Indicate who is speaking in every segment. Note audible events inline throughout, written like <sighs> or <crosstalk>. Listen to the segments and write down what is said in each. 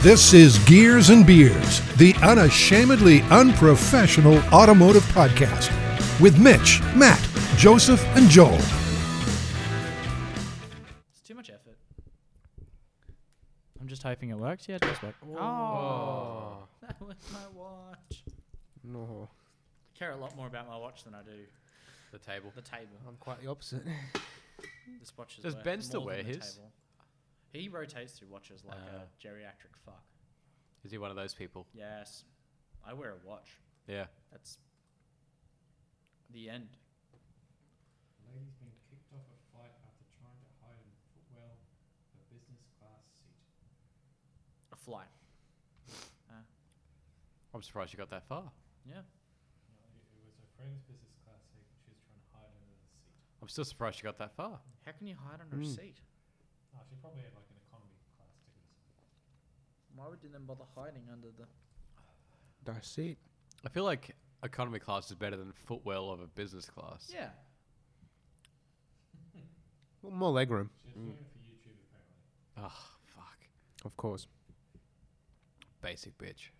Speaker 1: This is Gears and Beers, the unashamedly unprofessional automotive podcast with Mitch, Matt, Joseph, and Joel.
Speaker 2: It's too much effort. I'm just hoping it works. Yeah, it does work. <laughs> Oh, that was my watch.
Speaker 3: No,
Speaker 2: I care a lot more about my watch than I do
Speaker 4: The table.
Speaker 2: the table.
Speaker 3: I'm quite the opposite.
Speaker 2: This watch is
Speaker 4: Um, Does
Speaker 2: worth
Speaker 4: Ben still
Speaker 2: more than
Speaker 4: wear
Speaker 2: the
Speaker 4: his?
Speaker 2: table. He rotates through watches like
Speaker 4: Ah.
Speaker 2: a geriatric fuck.
Speaker 4: Is he one of those people?
Speaker 2: Yes, I wear a watch.
Speaker 4: Yeah.
Speaker 2: That's the end.
Speaker 5: lady's been kicked off a flight after trying to hide and footwell her business class seat.
Speaker 2: A fly.
Speaker 4: I'm surprised you got that far.
Speaker 2: Yeah.
Speaker 5: No, it, it was her friend's business class seat and she was trying to hide under the seat.
Speaker 4: I'm still surprised you got that far.
Speaker 2: How can you hide under
Speaker 4: Hmm.
Speaker 2: a
Speaker 3: Mm.
Speaker 2: seat?
Speaker 5: Oh, she probably had like an economy class ticket. or something.
Speaker 2: Why would you then bother hiding under the?
Speaker 3: That's it.
Speaker 4: I feel like economy class is better than footwell of a business class.
Speaker 2: Yeah.
Speaker 3: Well, more legroom,
Speaker 5: She was doing it for YouTube apparently.
Speaker 4: Oh, fuck.
Speaker 3: of course.
Speaker 4: Basic bitch.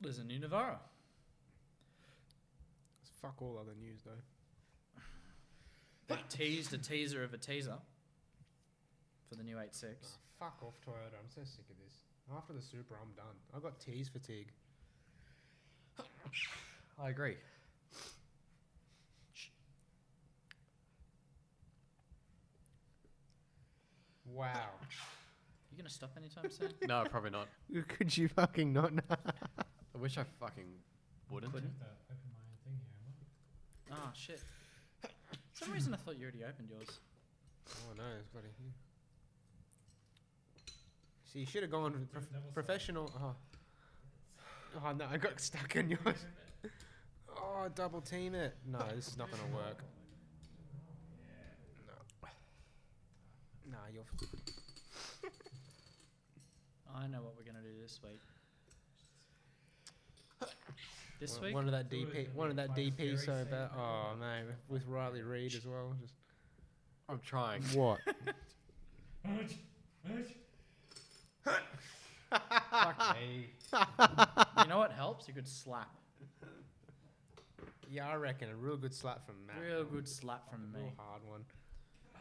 Speaker 2: There's a new Navara.
Speaker 3: It's fuck all other news though.
Speaker 2: They
Speaker 4: <laughs>
Speaker 2: teased a teaser of a teaser for the new 86.
Speaker 3: fuck off Toyota. I'm so sick of this. After the Supra, I'm done. I've got tease
Speaker 5: <laughs>
Speaker 3: fatigue.
Speaker 4: I agree.
Speaker 3: Wow.
Speaker 2: You gonna stop anytime soon?
Speaker 4: No, probably not.
Speaker 3: <laughs> Could you fucking not know?
Speaker 4: I wish I fucking wouldn't.
Speaker 2: Couldn't.
Speaker 5: That open my own thing here, am I?
Speaker 2: Ah, shit. For some reason I thought you already opened yours.
Speaker 3: Oh no, it's got it here. See, you should have gone with prof-
Speaker 5: double-sided.
Speaker 3: professional. Oh. oh no, I got stuck in yours. <laughs> Oh, double team it. No, this is not gonna work. No. Nah, you're. f-
Speaker 2: I know what we're gonna do this week. This
Speaker 3: Wa-
Speaker 2: week?
Speaker 3: Wanted that
Speaker 5: Who is
Speaker 3: DP.
Speaker 5: it?
Speaker 3: Wanted that
Speaker 5: Like
Speaker 3: DP
Speaker 5: Fury
Speaker 3: so
Speaker 5: saying
Speaker 3: bad.
Speaker 5: that?
Speaker 3: Oh no, with Riley Reed as well.
Speaker 5: <laughs>
Speaker 3: Just
Speaker 4: I'm trying.
Speaker 3: <laughs> what?
Speaker 5: Mitch! Mitch!
Speaker 2: Fuck.
Speaker 5: Hey.
Speaker 2: <laughs> you know what helps? A good slap.
Speaker 3: Yeah, I reckon a real good slap from Matt.
Speaker 2: Real good slap from
Speaker 3: Real
Speaker 2: me.
Speaker 3: hard one.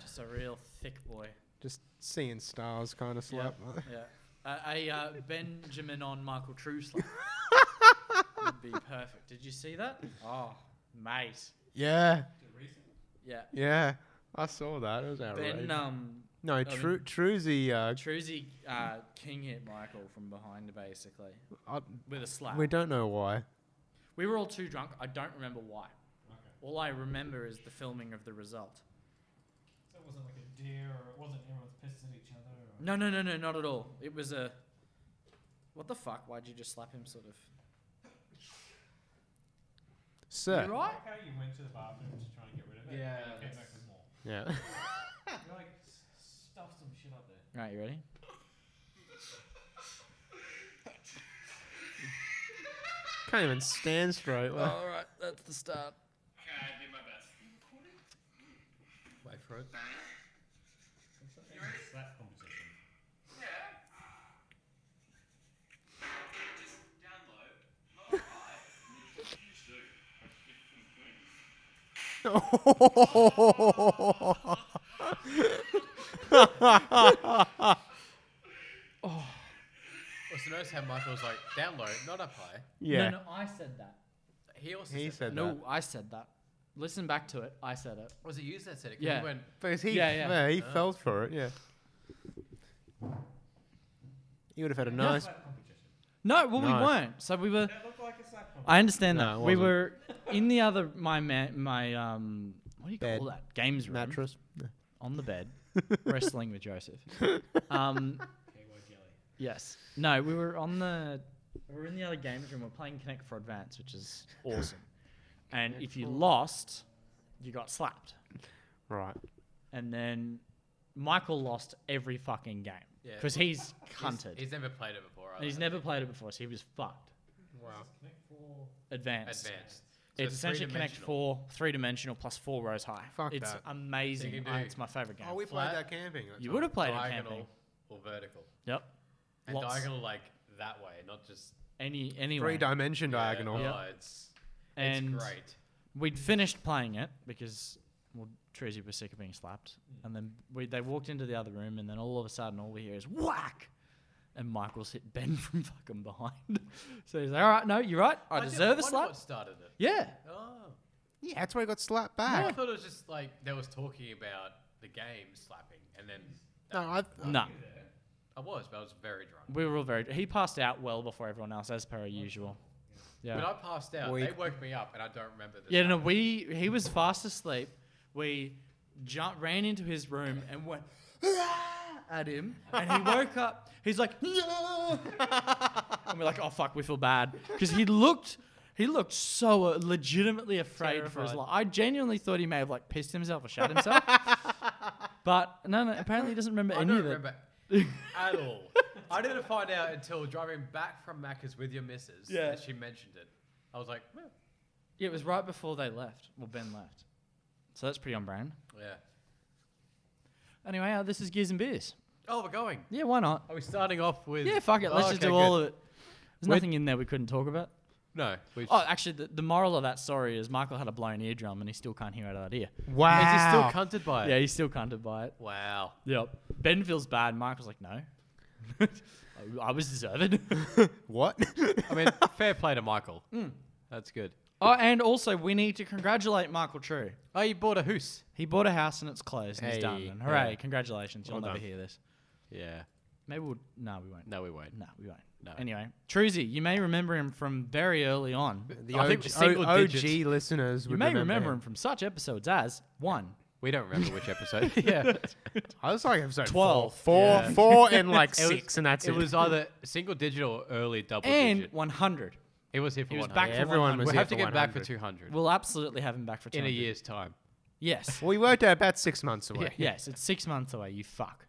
Speaker 2: Just a real thick boy.
Speaker 3: Just seeing stars kind of slap.
Speaker 2: Yeah. A, a uh, Benjamin on Michael True
Speaker 3: <laughs>
Speaker 2: slap. would be perfect. Did you see that? Oh, mate.
Speaker 3: <laughs> Yeah,
Speaker 2: Yeah.
Speaker 3: yeah. I saw that. It was outrageous.
Speaker 2: Ben um
Speaker 3: no,
Speaker 2: I
Speaker 3: Tru-
Speaker 2: mean-
Speaker 3: Truzy. Uh,
Speaker 2: Truzy uh, king hit Michael from behind basically
Speaker 3: I-
Speaker 2: with a slap.
Speaker 3: we don't know why.
Speaker 2: We were all too drunk. I don't remember why.
Speaker 5: Okay.
Speaker 2: All I remember is the filming of the result.
Speaker 5: So it wasn't like a dare or it wasn't everyone's pissed at each other or
Speaker 2: No, no, no, no, not at all. It was a. What the fuck? Why'd you just slap him? Sort of.
Speaker 3: Sir.
Speaker 2: You right?
Speaker 5: like how you went to the bathroom to try and get rid of it.
Speaker 3: Yeah,
Speaker 5: And you came back
Speaker 3: that's-
Speaker 5: with more.
Speaker 3: Yeah. <laughs>
Speaker 5: You're like, s- stuff some shit up there.
Speaker 2: Right, you ready?
Speaker 3: Can't even stand straight. Well,
Speaker 2: all right, that's the start.
Speaker 4: Wait for it.
Speaker 5: It's that competition.
Speaker 4: Also, notice how Michael was like, download, not up high.
Speaker 3: <laughs> yeah.
Speaker 2: No, no, I said that.
Speaker 4: He also
Speaker 3: He
Speaker 4: said,
Speaker 3: said
Speaker 2: no,
Speaker 3: that.
Speaker 2: I said that. Listen back to it. I said it.
Speaker 4: Was it you that said it? 'Cause
Speaker 2: Yeah.
Speaker 4: He went,
Speaker 3: Because he,
Speaker 2: Yeah, Uh. yeah.
Speaker 3: yeah, he fell for it. Yeah. He would have had a nice.
Speaker 5: Slap competition.
Speaker 2: No, well, we
Speaker 3: No.
Speaker 2: weren't. So we were.
Speaker 5: That looked like a slap competition.
Speaker 2: I understand
Speaker 3: No,
Speaker 2: that.
Speaker 3: it
Speaker 2: We
Speaker 3: wasn't.
Speaker 2: were in the other my ma- my um what do you
Speaker 3: Bed.
Speaker 2: call that games room
Speaker 3: mattress.
Speaker 2: on the bed wrestling with Joseph. Um,
Speaker 5: KY jelly.
Speaker 2: yes. No, we were on the we were in the other games room. We are playing Connect for Advance, which is awesome. And if you lost, you got slapped.
Speaker 3: Right.
Speaker 2: And then Michael lost every fucking game
Speaker 4: Yeah.
Speaker 2: because he's
Speaker 4: he's,
Speaker 2: cunted.
Speaker 4: he's never played it before.
Speaker 2: and he's
Speaker 4: either.
Speaker 2: never played it before, so he was fucked.
Speaker 3: Wow.
Speaker 5: Connect Four.
Speaker 2: Advanced.
Speaker 4: advanced.
Speaker 2: it's essentially Connect
Speaker 6: three-dimensional.
Speaker 2: Four, three dimensional plus four rows high.
Speaker 3: Fuck
Speaker 2: it's
Speaker 3: that.
Speaker 2: amazing.
Speaker 6: Thinking
Speaker 2: I-
Speaker 6: big.
Speaker 2: it's my favorite game.
Speaker 3: Oh, we
Speaker 6: Flat.
Speaker 3: played that camping. that's
Speaker 2: you
Speaker 3: all.
Speaker 2: would have played it camping.
Speaker 6: diagonal or vertical.
Speaker 2: Yep.
Speaker 6: And
Speaker 2: Lots.
Speaker 6: diagonal like that way, not just
Speaker 2: Any anyway.
Speaker 3: Three dimension
Speaker 6: Yeah,
Speaker 3: diagonal.
Speaker 6: oh,
Speaker 2: Yeah.
Speaker 6: It's it's
Speaker 2: and
Speaker 6: great.
Speaker 2: we'd finished playing it because well, Trezzy was sick of being slapped, and then we they walked into the other room, and then all of a sudden, all we hear is whack. And Michael's hit Ben <laughs> from fucking behind. <laughs> so he's like, all right, no, you're right. I,
Speaker 6: didn't
Speaker 2: deserve a
Speaker 6: wonder
Speaker 2: slap.
Speaker 6: What started it?
Speaker 2: Yeah.
Speaker 6: Oh.
Speaker 3: Yeah, that's why I got slapped
Speaker 6: No, I
Speaker 3: back.
Speaker 6: thought it was just like they was talking about the game slapping, and then
Speaker 3: No, I.
Speaker 2: No.
Speaker 6: I was, but I was very drunk.
Speaker 2: We were all very. He passed out well before everyone else, as per usual. Yeah.
Speaker 6: When I passed out,
Speaker 3: We-
Speaker 6: they woke me up, and I don't remember this.
Speaker 2: Yeah, no, we he was fast asleep. We jumped, ran into his room and went "Ah!" at him, and he woke up. He's like, "No!" and we're like, oh fuck, we feel bad because he looked. He looked so uh, legitimately afraid for his
Speaker 6: Terrified.
Speaker 2: life. I genuinely thought he may have like pissed himself or shot
Speaker 6: <laughs>
Speaker 2: himself. but no, no, apparently he doesn't remember
Speaker 6: I
Speaker 2: any
Speaker 6: don't
Speaker 2: of it.
Speaker 6: remember at <laughs> all. I didn't find out until driving back from Macca's with your missus
Speaker 2: Yeah.
Speaker 6: that she mentioned it. I was like, "Well,
Speaker 2: Yeah, it was right before they left. Well, Ben left. So that's pretty on brand.
Speaker 6: yeah.
Speaker 2: Anyway, uh, this is Gears and Beers.
Speaker 6: Oh, we're going.
Speaker 2: Yeah, why not?
Speaker 6: Are we starting off with? Oh,
Speaker 2: Yeah, fuck it. Let's just do all of it. There's
Speaker 6: Wait-
Speaker 2: nothing in there we couldn't talk about.
Speaker 6: No. We
Speaker 2: Oh, actually, the, the moral of that story is Michael had a blown eardrum and he still can't hear out of that ear.
Speaker 3: Wow.
Speaker 6: Is he still cunted by it?
Speaker 2: Yeah, he's still cunted by it.
Speaker 6: Wow.
Speaker 2: Yep. Ben feels bad. Michael's like, no. <laughs> I- I was deserved.
Speaker 3: what?
Speaker 6: I mean, <laughs> fair play to Michael. That's good.
Speaker 2: <laughs> oh, and also, we need to congratulate Michael True.
Speaker 6: Oh, you bought a hoose.
Speaker 2: He bought a house and it's closed and he's done.
Speaker 6: Hey,
Speaker 2: And hooray,
Speaker 6: yeah.
Speaker 2: congratulations. You'll
Speaker 6: Well
Speaker 2: never
Speaker 6: done.
Speaker 2: hear this.
Speaker 6: Yeah.
Speaker 2: Maybe we'll. No, we won't.
Speaker 6: No, we won't.
Speaker 2: No, we won't.
Speaker 6: No.
Speaker 2: Anyway, Truzy, you may remember him from very early on.
Speaker 3: <laughs> The
Speaker 6: I
Speaker 3: OG,
Speaker 6: think single
Speaker 3: O- OG
Speaker 6: digits.
Speaker 3: listeners
Speaker 2: You
Speaker 3: would
Speaker 2: may remember,
Speaker 3: remember
Speaker 2: him from such episodes as one,
Speaker 6: We don't remember which episode. <laughs> yeah.
Speaker 3: I was like episode
Speaker 2: 12.
Speaker 3: four,
Speaker 6: Yeah.
Speaker 3: <laughs> four, and like
Speaker 6: It was-
Speaker 3: six, and that's it.
Speaker 6: It was either single digit or early double
Speaker 2: and
Speaker 6: digit.
Speaker 2: 100.
Speaker 6: It was here for
Speaker 2: He was
Speaker 6: 100.
Speaker 2: back for
Speaker 3: Everyone
Speaker 2: 100.
Speaker 3: was
Speaker 6: We'll
Speaker 3: here
Speaker 6: have to
Speaker 3: for
Speaker 6: get back for
Speaker 3: 100.
Speaker 6: 200
Speaker 2: We'll absolutely have him back for 200.
Speaker 6: in a year's time.
Speaker 2: <laughs> Yes.
Speaker 3: We worked out about six months away.
Speaker 2: yes, it's six months away, you fuck.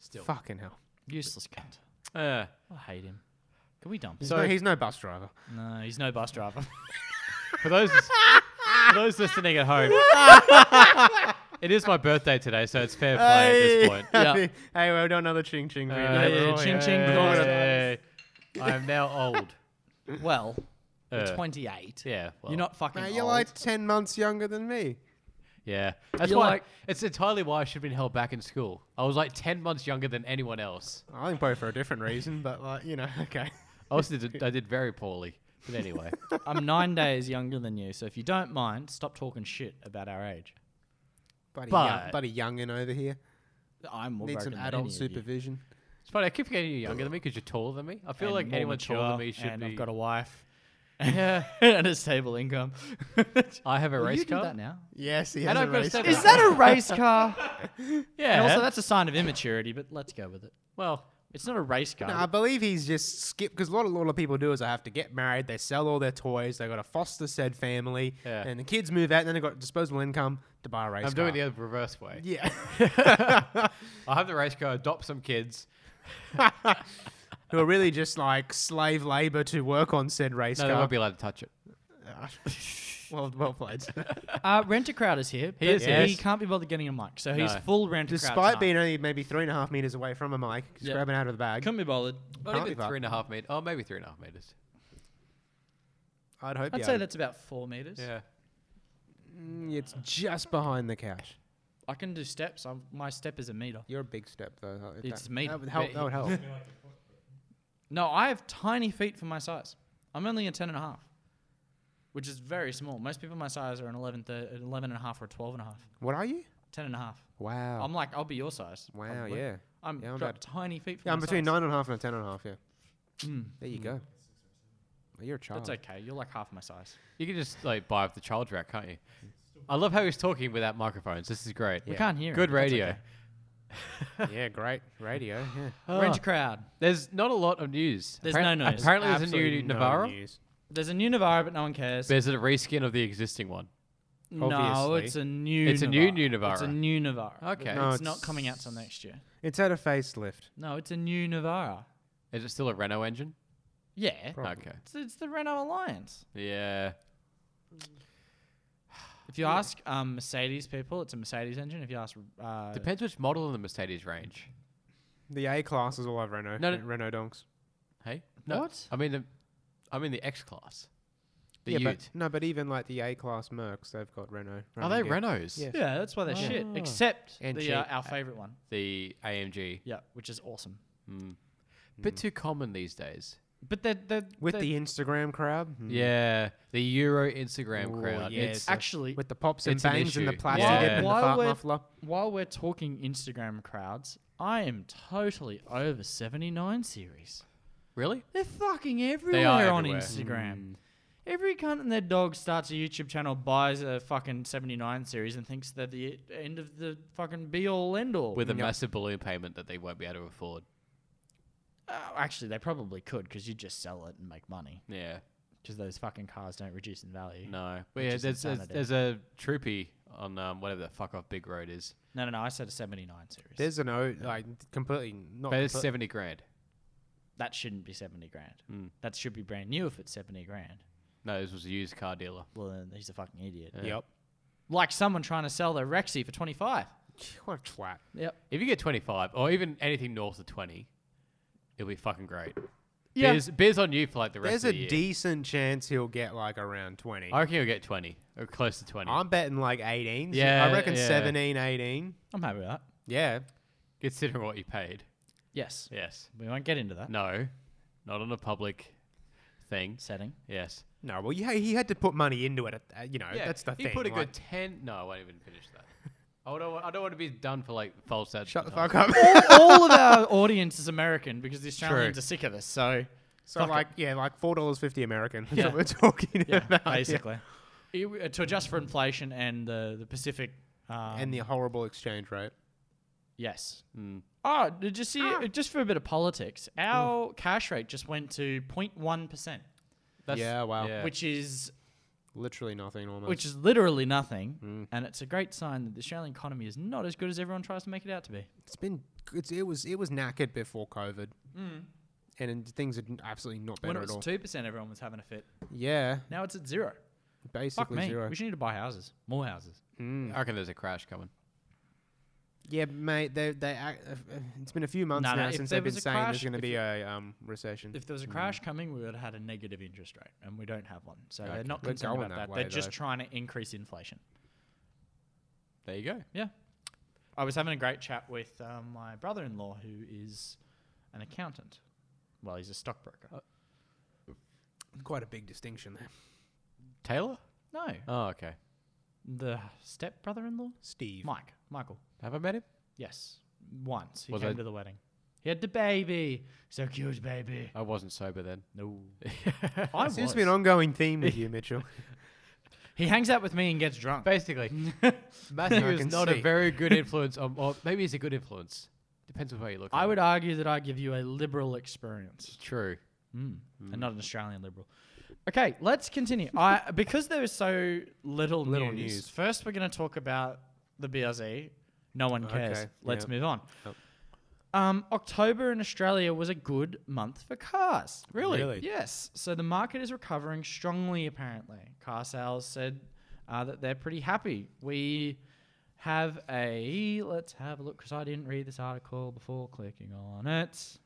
Speaker 6: Still.
Speaker 3: Fucking hell.
Speaker 2: Useless cunt.
Speaker 6: <laughs> Uh,
Speaker 2: I hate him. Can we dump him?
Speaker 3: So
Speaker 6: So-
Speaker 3: he's no
Speaker 6: <laughs>
Speaker 3: bus driver.
Speaker 2: no, he's no bus <laughs> driver.
Speaker 6: for those for those listening at <laughs> home, it is my birthday today, so it's fair play at
Speaker 3: <laughs>
Speaker 6: this point.
Speaker 2: Yeah.
Speaker 3: hey, well done, another ching ching. for you.
Speaker 6: Uh,
Speaker 2: yeah, yeah, ching, ching,
Speaker 6: Hey, I am now old.
Speaker 2: well, you're
Speaker 6: Uh,
Speaker 2: 28.
Speaker 6: yeah, well,
Speaker 2: you're not fucking
Speaker 3: Mate, you're
Speaker 2: old.
Speaker 3: like ten months younger than me.
Speaker 6: Yeah, that's
Speaker 2: You're
Speaker 6: why.
Speaker 2: like-
Speaker 6: it's entirely why I should have been held back in school. I was like ten months younger than anyone else.
Speaker 3: I think both for a different reason, but like you know, <laughs> okay.
Speaker 6: I also did, I did very poorly. But anyway,
Speaker 2: <laughs> I'm nine days younger than you, so if you don't mind, stop talking shit about our age.
Speaker 3: Buddy,
Speaker 6: But-
Speaker 3: young, buddy, youngin over here
Speaker 2: I'm more
Speaker 3: needs
Speaker 2: broken
Speaker 3: some
Speaker 2: than
Speaker 3: adult
Speaker 2: any of you.
Speaker 3: supervision.
Speaker 6: it's funny. I keep forgetting you're younger than me because you're taller than me. I feel
Speaker 2: And
Speaker 6: like
Speaker 2: more
Speaker 6: anyone taller than
Speaker 2: mature,
Speaker 6: me should
Speaker 2: and
Speaker 6: be.
Speaker 2: I've got a
Speaker 6: <laughs>
Speaker 2: wife. <laughs> and a stable <laughs> income.
Speaker 6: I have a
Speaker 2: Will
Speaker 6: race
Speaker 2: you do
Speaker 6: car.
Speaker 2: that now?
Speaker 3: Yes, he has
Speaker 6: And
Speaker 3: a
Speaker 6: I've got a
Speaker 3: race
Speaker 6: seven-
Speaker 3: car.
Speaker 2: Is that a race <laughs> car?
Speaker 6: Yeah.
Speaker 2: and also, that's a sign of immaturity, but let's go with it.
Speaker 6: well,
Speaker 2: It's not a race car.
Speaker 3: No,
Speaker 6: Um,
Speaker 3: I believe he's just skipped because a lot of, lot of people do is they have to get married, they sell all their toys, they got to foster said family,
Speaker 6: Yeah.
Speaker 3: and the kids move out, and then they got disposable income to buy a race
Speaker 6: I'm
Speaker 3: car.
Speaker 6: doing the other reverse way.
Speaker 3: yeah, <laughs>
Speaker 6: I have the race car, adopt some kids.
Speaker 3: who are really just like slave labor to work on said race
Speaker 6: No, they
Speaker 3: car.
Speaker 6: won't be allowed to touch <laughs> it.
Speaker 3: well, well played.
Speaker 2: Uh, Renter Crowd is here. He
Speaker 6: is here.
Speaker 2: He can't be bothered getting a mic, so he's
Speaker 6: No.
Speaker 2: full Renter
Speaker 3: Despite being only maybe three and a half meters away from a mic, just
Speaker 2: Yeah.
Speaker 3: grabbing out of the bag.
Speaker 2: couldn't be bothered.
Speaker 6: Not
Speaker 3: Can't
Speaker 6: even
Speaker 3: be fucked.
Speaker 6: three and a half meters. Oh, maybe three and a half meters.
Speaker 3: I'd hope.
Speaker 2: I'd
Speaker 3: you
Speaker 2: say
Speaker 3: had-
Speaker 2: that's about four meters.
Speaker 6: Yeah.
Speaker 3: Mm, It's just behind the couch.
Speaker 2: I can do steps. I'm, my step is a meter.
Speaker 3: You're a big step though. That-
Speaker 2: It's
Speaker 3: that,
Speaker 2: me.
Speaker 3: That would help. That
Speaker 6: <laughs>
Speaker 3: would help.
Speaker 2: No, I have tiny feet for my size. I'm only a ten and a half, which is very small. Most people my size are an 11, thir- an 11 and a half or a 12 and a half.
Speaker 3: what are you?
Speaker 2: 10 and a half.
Speaker 3: Wow.
Speaker 2: I'm like, I'll be your size.
Speaker 3: Oh. wow.
Speaker 2: probably.
Speaker 3: Yeah.
Speaker 2: I'm,
Speaker 3: Yeah, I'm
Speaker 2: got
Speaker 3: about-
Speaker 2: tiny feet for
Speaker 3: Yeah,
Speaker 2: my
Speaker 3: I'm between
Speaker 2: size.
Speaker 3: nine and a half and a ten and a half. Yeah.
Speaker 6: Hmm.
Speaker 2: Mm.
Speaker 3: There you go. Well, You're a child.
Speaker 2: That's okay. You're like half my size.
Speaker 6: You can just like buy off the child rack, can't you? I love how he's talking without microphones. This is great.
Speaker 2: We can't hear.
Speaker 6: Good
Speaker 2: him, but that's
Speaker 6: radio.
Speaker 2: okay.
Speaker 3: yeah, great radio. <laughs> Yeah.
Speaker 2: Renter Crowd.
Speaker 6: There's not a lot of news.
Speaker 2: There's
Speaker 6: Apparent-
Speaker 2: no news.
Speaker 6: Apparently, there's a new
Speaker 3: no
Speaker 6: Navara.
Speaker 3: news.
Speaker 2: There's a new Navara, but no one cares.
Speaker 6: There's a reskin of the existing one.
Speaker 2: No,
Speaker 3: obviously.
Speaker 2: it's a new.
Speaker 6: It's a new new
Speaker 2: It's a
Speaker 6: Navara.
Speaker 2: new Navara. but
Speaker 6: Okay.
Speaker 3: No,
Speaker 2: it's, not
Speaker 3: it's-
Speaker 2: coming out till next year.
Speaker 3: It's had a facelift.
Speaker 2: No, it's a new Navara.
Speaker 6: Is it still a Renault engine?
Speaker 2: Yeah,
Speaker 3: Probably.
Speaker 6: Okay.
Speaker 2: it's, it's the Renault Alliance.
Speaker 6: Yeah.
Speaker 2: If you ask um, Mercedes people, it's a Mercedes engine. If you ask, uh,
Speaker 6: Depends which model in the Mercedes range.
Speaker 3: The A class is all over Renault.
Speaker 6: No, no.
Speaker 3: Renault donks.
Speaker 6: Hey, no,
Speaker 2: What?
Speaker 6: I mean the, I mean the X class, the
Speaker 3: yeah,
Speaker 6: Ute.
Speaker 3: but no, but even like the A class Mercs, they've got Renault.
Speaker 6: Are they
Speaker 3: running gear.
Speaker 6: Renos?
Speaker 3: Yeah.
Speaker 2: yeah, that's why they're shit.
Speaker 6: Ah.
Speaker 2: Except
Speaker 6: And
Speaker 2: the, uh,
Speaker 6: cheap.
Speaker 2: our favorite one,
Speaker 6: The AMG.
Speaker 2: yeah, which is awesome.
Speaker 6: Mm. Bit too common these days.
Speaker 2: But they're, they're
Speaker 3: With
Speaker 2: they're-
Speaker 3: the Instagram crowd.
Speaker 6: Mm.
Speaker 3: Hmm.
Speaker 6: Yeah, the Euro Instagram
Speaker 3: Ooh,
Speaker 6: crowd.
Speaker 3: yeah,
Speaker 6: It's
Speaker 3: a-
Speaker 2: actually
Speaker 3: With the pops and
Speaker 6: It's an
Speaker 3: bangs and the
Speaker 6: issue.
Speaker 3: plastic
Speaker 6: Yeah.
Speaker 3: dip and the
Speaker 2: Why
Speaker 3: fart
Speaker 2: would-
Speaker 3: muffler.
Speaker 2: while we're talking Instagram crowds, I am totally over 79 series.
Speaker 6: really
Speaker 2: They're fucking everywhere
Speaker 6: they are
Speaker 2: on
Speaker 6: everywhere.
Speaker 2: Instagram. Every cunt and their dog starts a YouTube channel, buys a fucking 79 series, and thinks they're the end of the fucking be all end all.
Speaker 6: with a massive balloon payment that they won't be able to afford.
Speaker 2: Uh, actually, they probably could because you just sell it and make money
Speaker 6: Yeah,
Speaker 2: because those fucking cars don't reduce in value.
Speaker 6: no. But
Speaker 2: Which
Speaker 6: yeah,
Speaker 2: is
Speaker 6: there's, there's
Speaker 2: insanity.
Speaker 6: there's a troopy on um, whatever the fuck off big road is.
Speaker 2: no, no, no I said a 79 series.
Speaker 3: There's an O, like completely not.
Speaker 6: But it's
Speaker 3: complete-
Speaker 6: seventy grand.
Speaker 2: that shouldn't be 70 grand.
Speaker 6: Mm.
Speaker 2: That should be brand new if it's 70 grand.
Speaker 6: No, this was a used car dealer.
Speaker 2: Well, then he's a fucking idiot.
Speaker 3: Yep.
Speaker 2: Like someone trying to sell their Rexy for 25.
Speaker 3: What a twat.
Speaker 2: Yep.
Speaker 6: If you get 25 or even anything north of 20, it'll be fucking great.
Speaker 2: Yeah.
Speaker 6: Beers, beers on you for like the rest
Speaker 3: There's
Speaker 6: of
Speaker 3: a
Speaker 6: the year.
Speaker 3: decent chance he'll get like around 20.
Speaker 6: I reckon you'll get 20 or close to 20.
Speaker 3: I'm betting like 18.
Speaker 6: Yeah,
Speaker 3: I reckon
Speaker 6: yeah.
Speaker 3: seventeen, eighteen. 17, 18.
Speaker 2: I'm happy with that.
Speaker 3: Yeah.
Speaker 6: Considering what you paid.
Speaker 2: Yes.
Speaker 6: Yes.
Speaker 2: We won't get into that.
Speaker 6: No, not on a public thing.
Speaker 2: Setting.
Speaker 6: Yes.
Speaker 3: No, well, yeah, he had to put money into it. uh, you know, that's the
Speaker 6: he
Speaker 3: thing.
Speaker 6: put a
Speaker 3: like-
Speaker 6: good 10. No, I won't even finish that. I don't, want, I don't want to be done for like false ads.
Speaker 3: Shut the
Speaker 2: Oh.
Speaker 6: sometimes.
Speaker 3: fuck
Speaker 2: <laughs>
Speaker 3: up. <laughs>
Speaker 2: All of our audience is American because the Australians
Speaker 6: True.
Speaker 2: are sick of us.
Speaker 3: <laughs>
Speaker 2: So,
Speaker 3: so,
Speaker 2: Fuck it.
Speaker 3: like, yeah, like $4.50 American. That's
Speaker 2: Yeah.
Speaker 3: what we're talking
Speaker 2: yeah,
Speaker 3: about. yeah.
Speaker 2: basically. It w- uh, to adjust for inflation and the, the Pacific. Um,
Speaker 3: And the horrible exchange rate.
Speaker 2: Yes.
Speaker 3: Hmm.
Speaker 6: Mm.
Speaker 2: Oh, did you see? Just for a bit of politics,
Speaker 3: Hmm.
Speaker 2: our cash rate just went to 0.1%,
Speaker 6: That's-
Speaker 3: Yeah, wow.
Speaker 2: which is
Speaker 3: Literally nothing almost.
Speaker 2: which is literally nothing,
Speaker 3: Hmm.
Speaker 2: and it's a great sign that the Australian economy is not as good as everyone tries to make it out to be.
Speaker 3: it's been, it's, it was it was knackered before COVID. And, then things are absolutely not
Speaker 2: Mm. When
Speaker 3: better
Speaker 2: it
Speaker 3: at
Speaker 2: was
Speaker 3: all.
Speaker 2: two percent, everyone was having a fit.
Speaker 3: yeah,
Speaker 2: Now it's at zero. Fuck
Speaker 3: basically
Speaker 2: me.
Speaker 3: zero.
Speaker 2: We should need to buy houses, more houses.
Speaker 3: Mm.
Speaker 6: Hmm. I reckon there's a crash coming.
Speaker 3: Yeah, mate. They they act, uh, uh, it's been a few months
Speaker 2: No, no,
Speaker 3: now
Speaker 2: if
Speaker 3: since
Speaker 2: there
Speaker 3: they've been
Speaker 2: was a
Speaker 3: saying
Speaker 2: crash-
Speaker 3: there's going to
Speaker 2: if
Speaker 3: be a um, recession.
Speaker 2: If there was a crash coming, we would have had a negative interest rate, and we don't have one. So they're not
Speaker 3: We're
Speaker 2: concerned
Speaker 3: going
Speaker 2: about that.
Speaker 3: that
Speaker 2: they're
Speaker 3: way,
Speaker 2: just
Speaker 3: though.
Speaker 2: trying to increase inflation.
Speaker 6: There you go.
Speaker 2: Yeah. I was having a great chat with um, my brother in law, who is an accountant. Well, he's a stockbroker.
Speaker 3: Oh. Quite a big distinction there.
Speaker 6: Taylor?
Speaker 2: No,
Speaker 6: Oh, okay.
Speaker 2: the step brother in law?
Speaker 3: Steve.
Speaker 2: Mike. Michael.
Speaker 6: Have I met him?
Speaker 2: Yes. Once. He
Speaker 6: Was
Speaker 2: came
Speaker 6: I-
Speaker 2: to the wedding. He had the baby. So cute, baby.
Speaker 6: I wasn't sober then.
Speaker 2: No. <laughs> I
Speaker 3: It seems
Speaker 2: was.
Speaker 3: to be an ongoing theme with
Speaker 2: <laughs>
Speaker 3: you, Mitchell.
Speaker 2: he hangs out with me and gets drunk.
Speaker 6: Basically,
Speaker 3: I
Speaker 6: Matthew is
Speaker 3: can
Speaker 6: not
Speaker 3: see.
Speaker 6: a very good influence on, or maybe he's a good influence. Depends on how you look.
Speaker 2: I
Speaker 6: at
Speaker 2: would
Speaker 6: it.
Speaker 2: argue that I give you a liberal experience.
Speaker 6: True.
Speaker 2: Mm. And not an Australian liberal. Okay, let's continue.
Speaker 3: <laughs>
Speaker 2: I because there is so little,
Speaker 3: Little
Speaker 2: news,
Speaker 3: news.
Speaker 2: First, we're going to talk about the BRZ. No one cares.
Speaker 3: Okay,
Speaker 2: Let's
Speaker 3: yep.
Speaker 2: move on.
Speaker 3: Yep.
Speaker 2: Um, October in Australia was a good month for cars.
Speaker 3: Really? Really?
Speaker 2: Yes. So the market is recovering strongly. Apparently, car sales said uh, that they're pretty happy. We have a let's have a look because I didn't read this article before clicking on it.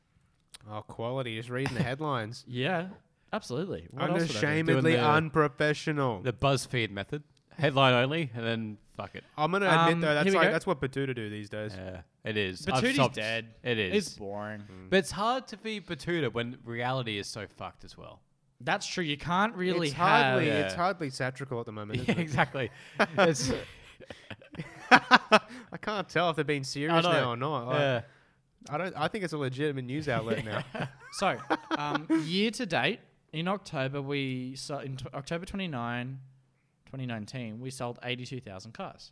Speaker 3: oh, quality. Just reading
Speaker 2: <laughs>
Speaker 3: the headlines. uh,
Speaker 2: Yeah, absolutely. What else would I do?
Speaker 3: Unashamedly
Speaker 6: Doing the-
Speaker 3: unprofessional.
Speaker 6: The BuzzFeed method, headline only, and then fuck it.
Speaker 3: I'm going to admit,
Speaker 2: Um,
Speaker 3: though,
Speaker 2: here
Speaker 3: that's
Speaker 2: we
Speaker 3: like
Speaker 2: go.
Speaker 3: that's what Batuta do these days.
Speaker 6: Yeah, it is. I've
Speaker 2: Batuti's
Speaker 6: stopped-
Speaker 2: dead.
Speaker 6: It is.
Speaker 2: It's Mm. boring.
Speaker 6: but it's hard to be Batuta when reality is so fucked as well.
Speaker 2: That's true. You can't really
Speaker 3: it's
Speaker 2: have.
Speaker 3: hardly
Speaker 6: Yeah.
Speaker 3: it's hardly satirical at the moment.
Speaker 6: Yeah,
Speaker 3: Isn't it?
Speaker 6: exactly. <laughs> It's,
Speaker 3: I can't tell if they're being
Speaker 6: I
Speaker 3: serious
Speaker 6: know.
Speaker 3: now or not. Like,
Speaker 6: Yeah.
Speaker 3: I don't. I think it's a legitimate news outlet now.
Speaker 2: So, um, <laughs> year to date, in October, we so in t- October 29, 2019, we sold 82,000 cars.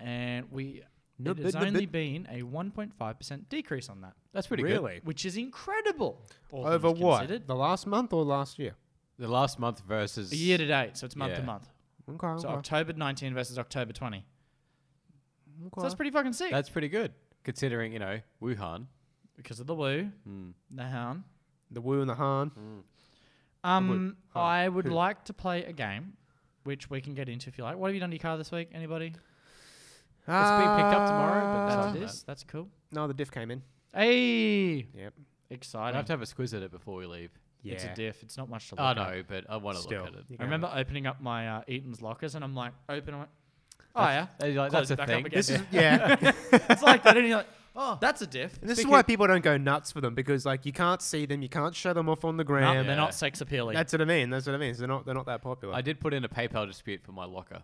Speaker 2: And we
Speaker 3: No
Speaker 2: it has
Speaker 3: bit, no
Speaker 2: only
Speaker 3: bit.
Speaker 2: been a 1.5% decrease on that,
Speaker 6: that's pretty good.
Speaker 2: which is incredible. <laughs> all
Speaker 3: Over
Speaker 2: things
Speaker 3: what?
Speaker 2: considered.
Speaker 3: The last month or last year?
Speaker 6: The last month versus
Speaker 2: Year to date, so it's month to
Speaker 6: Yeah.
Speaker 2: month.
Speaker 3: Okay.
Speaker 2: So
Speaker 3: okay,
Speaker 2: October 19 versus October 20. So
Speaker 3: okay.
Speaker 2: that's pretty fucking sick.
Speaker 6: That's pretty good considering you know Wuhan.
Speaker 2: because of the woo,
Speaker 3: Hmm.
Speaker 2: the hound.
Speaker 3: the woo and the han.
Speaker 2: Um, I would like to play a game which we can get into if you like. What have you done to your car this week? Anybody?
Speaker 3: It's
Speaker 2: it's being picked up tomorrow, but
Speaker 6: Uh,
Speaker 2: that's this. That's cool.
Speaker 3: No, the diff came in.
Speaker 2: Hey,
Speaker 3: Yep.
Speaker 6: I'd
Speaker 2: exciting!
Speaker 6: have to have a squiz at it before we leave.
Speaker 2: It's a diff. It's not much to look
Speaker 6: I
Speaker 2: at.
Speaker 6: know, but I want to
Speaker 4: Still.
Speaker 6: look at it.
Speaker 3: You
Speaker 2: I
Speaker 3: can have
Speaker 2: remember opening up my uh, Eaton's lockers, and I'm like, open. I'm like, oh yeah,
Speaker 6: They're like,
Speaker 2: Close
Speaker 6: that's
Speaker 2: it
Speaker 6: a
Speaker 2: back up
Speaker 6: thing.
Speaker 2: again.
Speaker 6: This
Speaker 3: This
Speaker 6: is
Speaker 3: is yeah.
Speaker 2: <laughs> it's like that, and you're like, <laughs> oh, that's a diff.
Speaker 3: this is
Speaker 2: Because-
Speaker 3: why people don't go nuts for them because like you can't see them, you can't show them off on the
Speaker 2: No,
Speaker 3: gram.
Speaker 2: they're
Speaker 6: Yeah.
Speaker 2: not sex appealing.
Speaker 3: That's what I mean. That's what I mean. So they're not they're not that popular.
Speaker 6: I did put in a PayPal dispute for my locker.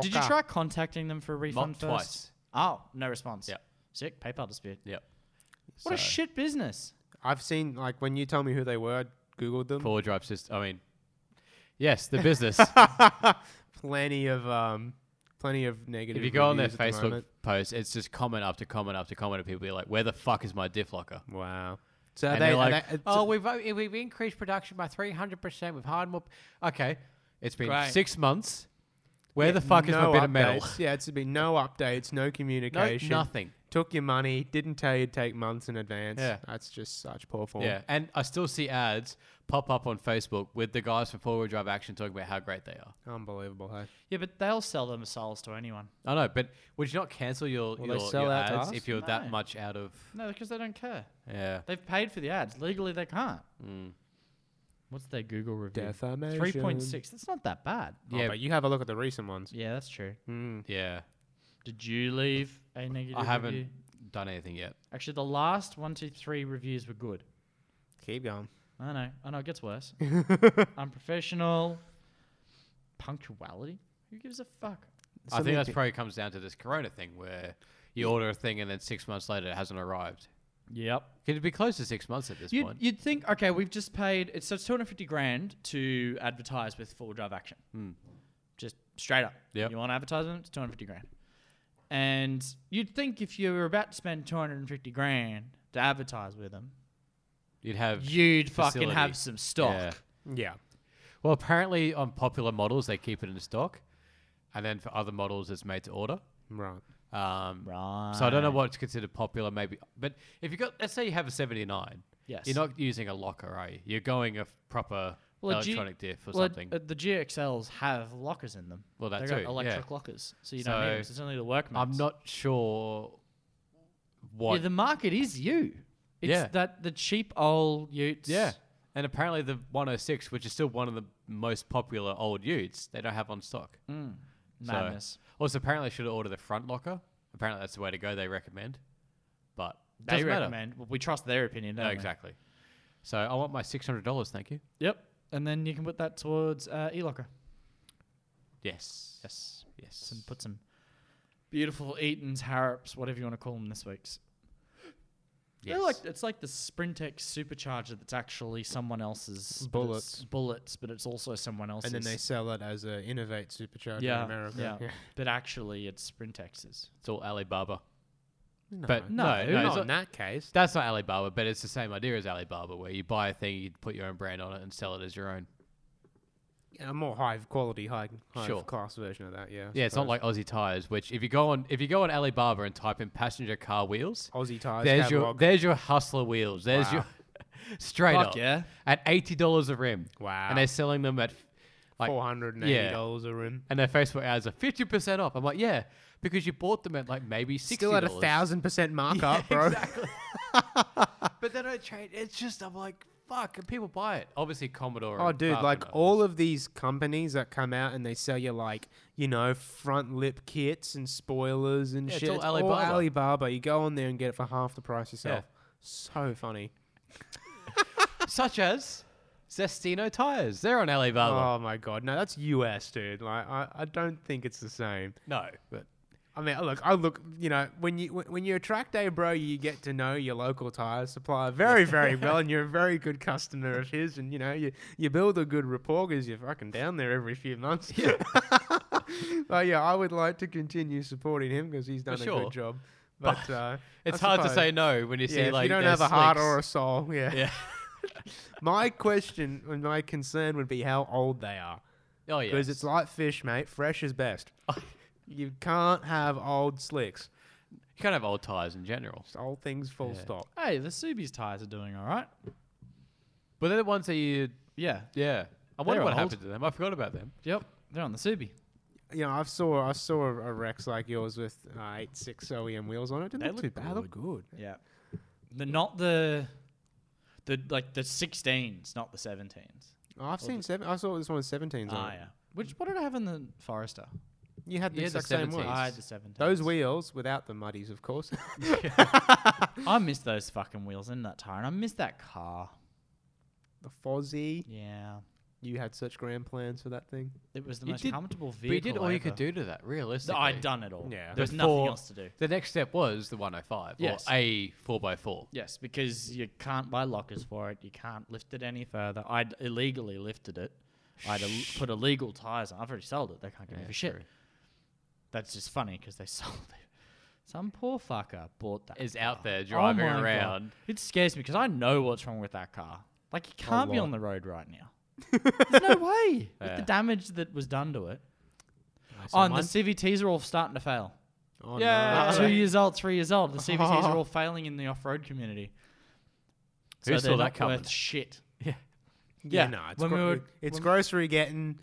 Speaker 2: Did you try contacting them for a refund
Speaker 6: Mocked
Speaker 2: first?
Speaker 6: twice.
Speaker 2: Oh, no response.
Speaker 6: Yep.
Speaker 2: Sick PayPal dispute.
Speaker 6: Yep.
Speaker 2: What a
Speaker 6: So-
Speaker 2: shit business.
Speaker 3: I've seen like when you told me who they were, I googled them.
Speaker 6: Four drive system. I mean, yes,
Speaker 3: <laughs>
Speaker 6: the business.
Speaker 3: plenty of um, plenty of negative.
Speaker 6: if you go on their
Speaker 3: reviews at the
Speaker 6: Facebook
Speaker 3: moment.
Speaker 6: post, it's just comment after comment after comment of people be like, "Where the fuck is my diff locker?"
Speaker 3: wow. So
Speaker 6: and
Speaker 3: they,
Speaker 6: they're
Speaker 3: are
Speaker 6: like,
Speaker 3: they-
Speaker 6: "Oh, we've uh, we've increased production by three hundred percent. We've hired more." p- Okay, it's been
Speaker 2: Great.
Speaker 6: six months. Where the fuck is my
Speaker 3: no
Speaker 6: bit of metal?
Speaker 3: updates. Yeah, it's been no updates, <laughs> no
Speaker 6: No,
Speaker 3: communication,
Speaker 6: nothing.
Speaker 3: Took your money, didn't tell you to take months in advance.
Speaker 6: Yeah.
Speaker 3: that's just such poor form.
Speaker 6: Yeah, and I still see ads pop up on Facebook with the guys from Four Wheel Drive Action talking about how great they are.
Speaker 3: unbelievable. Hey,
Speaker 2: Yeah, but they'll sell them souls to anyone.
Speaker 6: I know, but would you not cancel your
Speaker 3: Will they
Speaker 6: your,
Speaker 3: sell
Speaker 6: your
Speaker 3: out to
Speaker 6: ads
Speaker 3: us?
Speaker 6: if you're that
Speaker 2: No.
Speaker 6: much out of?
Speaker 2: No, because they don't care.
Speaker 6: Yeah,
Speaker 2: They've paid for the ads. Legally, they can't. What's their Google review?
Speaker 3: defamation.
Speaker 2: 3.6. That's not that bad.
Speaker 3: Yeah,
Speaker 6: yeah,
Speaker 3: but you have a look at the recent ones.
Speaker 2: Yeah, that's true.
Speaker 3: Mm.
Speaker 6: yeah.
Speaker 2: Did you leave a negative
Speaker 6: I haven't
Speaker 2: review?
Speaker 6: done anything yet.
Speaker 2: Actually, the last one, two, three reviews were good.
Speaker 3: Keep going.
Speaker 2: I know. I know. It gets worse. Unprofessional. Punctuality. Who gives a fuck?
Speaker 6: I think
Speaker 3: Something
Speaker 6: that's
Speaker 3: pe-
Speaker 6: probably comes down to this Corona thing where you order a thing and then six months later it hasn't arrived.
Speaker 2: Yep.
Speaker 6: Could it be close to six months at this
Speaker 2: You'd,
Speaker 6: point?
Speaker 2: you'd think, okay, we've just paid, it's, so it's 250 grand to advertise with four drive action. Just straight up.
Speaker 6: Hmm. Yep.
Speaker 2: You want advertisement? It's 250 grand. And you'd think if you were about to spend 250 grand to advertise with them,
Speaker 6: You'd have.
Speaker 2: you'd fucking
Speaker 6: Facility.
Speaker 2: have some stock.
Speaker 6: Yeah.
Speaker 3: yeah.
Speaker 6: Well, apparently on popular models they keep it in stock, and then for other models it's made to order.
Speaker 3: Right.
Speaker 6: Um,
Speaker 2: Right.
Speaker 6: So I don't know what's considered popular, maybe. But if you got, let's say you have a seventy-nine.
Speaker 2: Yes.
Speaker 6: You're not using a locker, are you? You're going a f- proper
Speaker 2: Well, a G-
Speaker 6: electronic diff or
Speaker 2: Well,
Speaker 6: something.
Speaker 2: uh, the GXLs have lockers in them.
Speaker 6: Well, that
Speaker 2: They've
Speaker 6: too, yeah.
Speaker 2: got electric lockers, so you don't need
Speaker 6: So,
Speaker 2: 'em, 'cause It's only the workmen.
Speaker 6: I'm not sure what.
Speaker 2: Yeah, the market is you. It's
Speaker 6: Yeah.
Speaker 2: that the cheap old utes.
Speaker 6: Yeah. And apparently the 106, which is still one of the most popular old Utes, they don't have on stock.
Speaker 2: Mm.
Speaker 6: So-
Speaker 2: madness.
Speaker 6: also, apparently I should order the front locker. Apparently that's the way to go. They recommend, but
Speaker 2: they
Speaker 6: doesn't matter.
Speaker 2: recommend. Well, we trust their opinion. Don't
Speaker 6: No,
Speaker 2: we?
Speaker 6: exactly. So I want my six hundred dollars. Thank you.
Speaker 2: Yep. And then you can put that towards uh, eLocker.
Speaker 6: Yes.
Speaker 2: Yes.
Speaker 6: Yes.
Speaker 2: And put some beautiful Eaton's, Harrops, whatever you want to call them this week's.
Speaker 6: Yes.
Speaker 2: They're like it's like the Sprintex supercharger that's actually someone else's but it's
Speaker 3: Bullets.
Speaker 2: bullets, but it's also someone else's.
Speaker 3: And then they sell it as a innovate supercharger
Speaker 2: yeah,
Speaker 3: in America.
Speaker 2: yeah,
Speaker 3: <laughs>
Speaker 2: <laughs> But actually, it's Sprintex's.
Speaker 6: it's all Alibaba.
Speaker 3: No,
Speaker 6: But no,
Speaker 2: No,
Speaker 6: no,
Speaker 2: not
Speaker 6: it's
Speaker 3: not
Speaker 6: not-
Speaker 3: in that case.
Speaker 6: that's not Alibaba, but it's the same idea as Alibaba, where you buy a thing, you put your own brand on it, and sell it as your own.
Speaker 3: A more high quality, high, high
Speaker 6: Sure.
Speaker 3: class version of that. Yeah. I
Speaker 6: Yeah, it's not
Speaker 3: suppose.
Speaker 6: like Aussie Tires, which if you go on if you go on Alibaba and type in passenger car wheels,
Speaker 3: Aussie tires.
Speaker 6: there's your
Speaker 3: catalog.
Speaker 6: there's your hustler wheels. There's your <laughs> straight
Speaker 2: Fuck
Speaker 6: up
Speaker 2: yeah.
Speaker 6: at eighty dollars a rim.
Speaker 3: Wow.
Speaker 6: And they're selling them at like
Speaker 3: four hundred and eighty dollars a room.
Speaker 6: and their Facebook ads are fifty percent off. I'm like, yeah, because you bought them at like maybe sixty.
Speaker 3: Still at a
Speaker 6: <laughs>
Speaker 3: thousand percent markup, bro. Oh,
Speaker 6: But they don't trade. It's just I'm like, fuck, and people buy it. Obviously Commodore.
Speaker 3: Oh,
Speaker 6: and
Speaker 3: dude, like
Speaker 6: Carpenter.
Speaker 3: all of these companies that come out and they sell you like you know front lip kits and spoilers and
Speaker 6: Yeah, it's
Speaker 3: shit.
Speaker 6: all
Speaker 3: all
Speaker 6: Alibaba.
Speaker 3: Alibaba. You go on there and get it for half the price yourself. So funny.
Speaker 6: such as Zestino tires. They're on Alibaba.
Speaker 3: Oh my god, no, that's US, dude. Like I, I don't think it's the same.
Speaker 6: no, but
Speaker 3: I mean, look, I look, you know, when you when- when you're a track day bro, you get to know your local tire supplier very, very
Speaker 6: <laughs>
Speaker 3: well, and you're a very good customer of his, and you know, you you build a good rapport because you're fucking down there every few months. Yeah. <laughs> but yeah, I would like to continue supporting him because he's done
Speaker 6: For
Speaker 3: a
Speaker 6: sure.
Speaker 3: good job. But, uh,
Speaker 6: <laughs> It's
Speaker 3: I
Speaker 6: hard to
Speaker 3: suppose-
Speaker 6: say no when you
Speaker 3: Yeah,
Speaker 6: see
Speaker 3: if
Speaker 6: like
Speaker 3: you don't
Speaker 6: their
Speaker 3: have a heart or a
Speaker 6: slicks.
Speaker 3: soul, yeah.
Speaker 6: <laughs> yeah.
Speaker 3: My question and my concern would be how old they are.
Speaker 6: Oh yeah. <laughs>
Speaker 3: Because it's like fish, mate. Fresh is best. you can't have old slicks.
Speaker 6: you can't have old tires in general.
Speaker 3: Just old things, full
Speaker 6: Yeah.
Speaker 3: stop.
Speaker 2: Hey, the Subies tires are doing all right.
Speaker 6: But they're the ones that you
Speaker 2: Yeah.
Speaker 6: yeah. I wonder
Speaker 2: They're
Speaker 6: what
Speaker 2: old.
Speaker 6: happened to them. I forgot about them.
Speaker 2: Yep. They're on the Subi.
Speaker 3: You know, I saw I saw a Rex like yours with uh, eight six OEM wheels on it. Didn't
Speaker 2: They
Speaker 3: look,
Speaker 2: look
Speaker 3: too bad. Look good.
Speaker 2: Yeah. The not the the like the sixteens, not the seventeens.
Speaker 3: Oh, I've seen seven. I saw this one with seventeens on.
Speaker 2: Ah
Speaker 3: it.
Speaker 2: yeah. Which what did I have in the Forester?
Speaker 3: You had the
Speaker 6: Yeah, the
Speaker 3: exact same
Speaker 6: 17s.
Speaker 3: wheels.
Speaker 2: I had the seventeens. Ah,
Speaker 3: Those wheels without the muddies, of course. <laughs>
Speaker 2: I miss those fucking wheels in that tire and I miss that car.
Speaker 3: the Fozzie.
Speaker 2: Yeah.
Speaker 3: You had such grand plans for that thing.
Speaker 2: It was the
Speaker 6: You
Speaker 2: most
Speaker 6: did-
Speaker 2: comfortable
Speaker 6: But
Speaker 2: vehicle.
Speaker 6: you did all you could
Speaker 2: ever.
Speaker 6: do to that, realistically.
Speaker 2: Th- I'd done it all.
Speaker 3: Yeah.
Speaker 2: There was
Speaker 6: The
Speaker 2: nothing
Speaker 6: four-
Speaker 2: else to do.
Speaker 6: The next step was the 105
Speaker 2: Yes.
Speaker 6: or a 4x4.
Speaker 2: Yes, because you can't buy lockers for it. You can't lift it any further. I'd illegally lifted it. I'd il- put illegal tires on. I've already sold it. They can't give me
Speaker 6: Yeah,
Speaker 2: for shit.
Speaker 6: true.
Speaker 2: That's just funny because they <laughs> sold it. Some poor fucker bought that.
Speaker 6: Is out there
Speaker 2: Oh
Speaker 6: driving
Speaker 2: my God.
Speaker 6: around. Oh,
Speaker 2: It scares me because I know what's wrong with that car. Like it can't be
Speaker 3: lot.
Speaker 2: on the road right
Speaker 6: <laughs>
Speaker 2: now. There's no way with
Speaker 6: Yeah.
Speaker 2: the damage that was done to it.
Speaker 3: saw
Speaker 2: Oh, and the
Speaker 3: mine.
Speaker 2: CVTs are all starting to fail.
Speaker 3: Oh,
Speaker 6: Yeah.
Speaker 2: Like
Speaker 6: Uh,
Speaker 2: two years old, three years old. The CVTs
Speaker 6: <laughs>
Speaker 2: are all failing in the off-road community.
Speaker 6: Who saw
Speaker 2: they're
Speaker 6: that
Speaker 2: not
Speaker 6: coming?
Speaker 2: Worth shit.
Speaker 3: Yeah,
Speaker 2: <laughs> Yeah,
Speaker 3: no, it's,
Speaker 2: when
Speaker 3: gro-
Speaker 2: we were-
Speaker 3: it- it's
Speaker 2: when-
Speaker 3: grocery getting,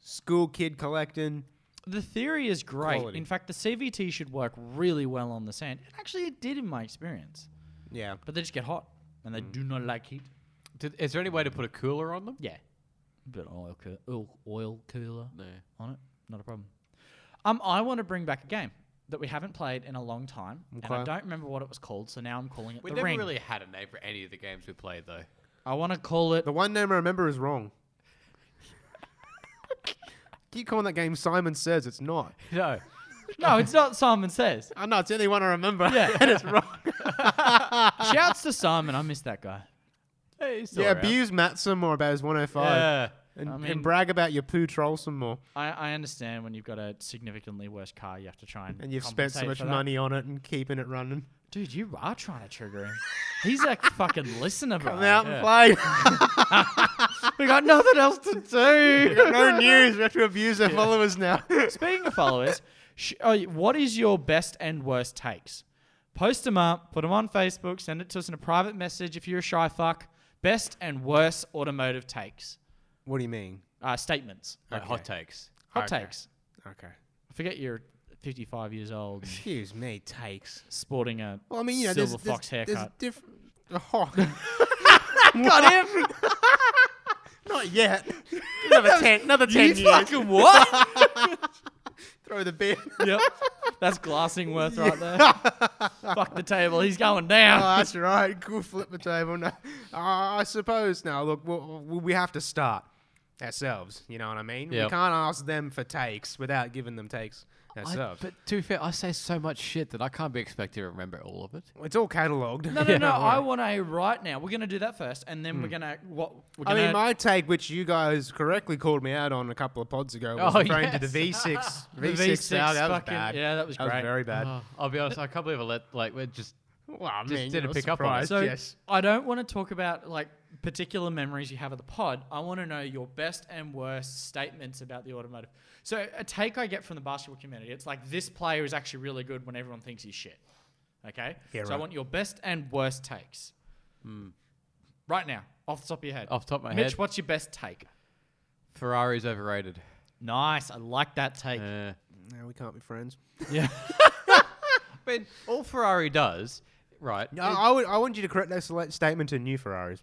Speaker 3: school kid collecting.
Speaker 2: The theory is great.
Speaker 3: Quality.
Speaker 2: In fact, the CVT should work really well on the sand. And actually, it did in my experience.
Speaker 3: Yeah,
Speaker 2: But they just get hot, and
Speaker 3: Mm.
Speaker 2: they do not like heat.
Speaker 6: Did, is there any way to put a cooler on them?
Speaker 2: Yeah, but oil, coo- oil, oil cooler
Speaker 6: No.
Speaker 2: on it, not a problem. Um, I want to bring back a game that we haven't played in a long time, and I
Speaker 3: Okay.
Speaker 2: don't remember what it was called. So now I'm calling it
Speaker 6: We
Speaker 2: the
Speaker 6: never
Speaker 2: ring.
Speaker 6: really had a name for any of the games we played, though.
Speaker 2: I want to call it.
Speaker 3: the one name I remember is wrong. <laughs> Keep calling that game Simon Says. It's not.
Speaker 6: No.
Speaker 3: <laughs>
Speaker 2: no, it's not Simon Says.
Speaker 3: I know it's the only one I remember.
Speaker 2: Yeah.
Speaker 3: and it's wrong.
Speaker 2: Shouts to Simon. I miss that guy.
Speaker 3: yeah, abuse Matt some more about his 105, and,
Speaker 2: I
Speaker 3: and
Speaker 2: mean-
Speaker 3: brag about your poo troll some more.
Speaker 2: I, I understand when you've got a significantly worse car, you have to try and
Speaker 3: And you've spent so
Speaker 2: compensate
Speaker 3: much
Speaker 2: for that.
Speaker 3: money on it and keeping it running.
Speaker 2: Dude, you are trying to trigger him. He's
Speaker 3: <laughs>
Speaker 2: a fucking listener, bro.
Speaker 3: Come out and play.
Speaker 2: Oh, <laughs> We got nothing else to
Speaker 3: <laughs>
Speaker 2: do.
Speaker 3: no news. We have to abuse our followers
Speaker 2: <laughs>
Speaker 3: now.
Speaker 2: Speaking of followers, sh- oh, y- what is your best and worst takes? Post them up, put them on Facebook, send it to us in a private message if you're a shy fuck. Best and worst automotive takes,
Speaker 3: what do you mean?
Speaker 2: uh, statements,
Speaker 6: Like hot takes.
Speaker 2: hot
Speaker 3: Okay.
Speaker 2: takes.
Speaker 3: Okay.
Speaker 2: I forget you're 55 years
Speaker 3: <laughs>
Speaker 2: old, and
Speaker 3: Excuse me, takes.
Speaker 2: sporting a
Speaker 3: Well, I mean, you know,
Speaker 2: silver
Speaker 3: there's, there's-
Speaker 2: fox
Speaker 3: there's,
Speaker 2: haircut.
Speaker 3: different. oh. <laughs> Not yet. another ten. Another ten years.
Speaker 2: fucking what?
Speaker 3: <laughs> Throw the beer. <laughs>
Speaker 2: yep, that's glassing worth right there. <laughs> fuck the table, he's going down.
Speaker 3: Oh, that's right. Cool. Flip the table. No. Uh, I suppose now. Look, we'll, we'll- we have to start ourselves. You know what I mean?
Speaker 6: Yep.
Speaker 3: We can't ask them for takes without giving them takes
Speaker 6: I-
Speaker 3: ourselves.
Speaker 6: but to be fair, I say so much shit that I can't be expected to remember all of it.
Speaker 3: it's all catalogued. <laughs>
Speaker 2: No, no, <laughs> no. I want a right Hmm. now. We're gonna do that first, and then we're gonna what? We're
Speaker 3: I
Speaker 2: gonna,
Speaker 3: mean, my take, which you guys correctly called me out on a couple of pods ago, was
Speaker 6: Oh,
Speaker 3: referring to
Speaker 6: yes.
Speaker 2: <laughs>
Speaker 3: the V6.
Speaker 2: the
Speaker 3: V6, sound, that was
Speaker 2: fucking-
Speaker 3: bad.
Speaker 2: Yeah, that was
Speaker 3: that
Speaker 2: great.
Speaker 3: was very bad.
Speaker 6: Oh, I'll be honest, I can't believe I let, like, we're just.
Speaker 3: well, I
Speaker 6: Just didn't pick up on
Speaker 3: <laughs>
Speaker 6: it.
Speaker 2: so
Speaker 3: yes.
Speaker 2: I don't want to talk about like particular memories you have of the pod. I want to know your best and worst statements about the automotive. So a take I get from the basketball community, it's like this player is actually really good when everyone thinks he's shit. Okay.
Speaker 3: Yeah,
Speaker 2: so I
Speaker 3: right.
Speaker 2: want your best and worst takes. Right now, off the top of your head.
Speaker 6: Hmm. Off the top of my
Speaker 2: Mitch,
Speaker 6: head.
Speaker 2: what's your best take?
Speaker 6: Ferrari's overrated.
Speaker 2: Nice. I like that take.
Speaker 6: Uh,
Speaker 3: No, we can't be friends.
Speaker 6: I mean, all Ferrari does, right?
Speaker 3: No, I, would, I want you to correct that select statement to new Ferraris.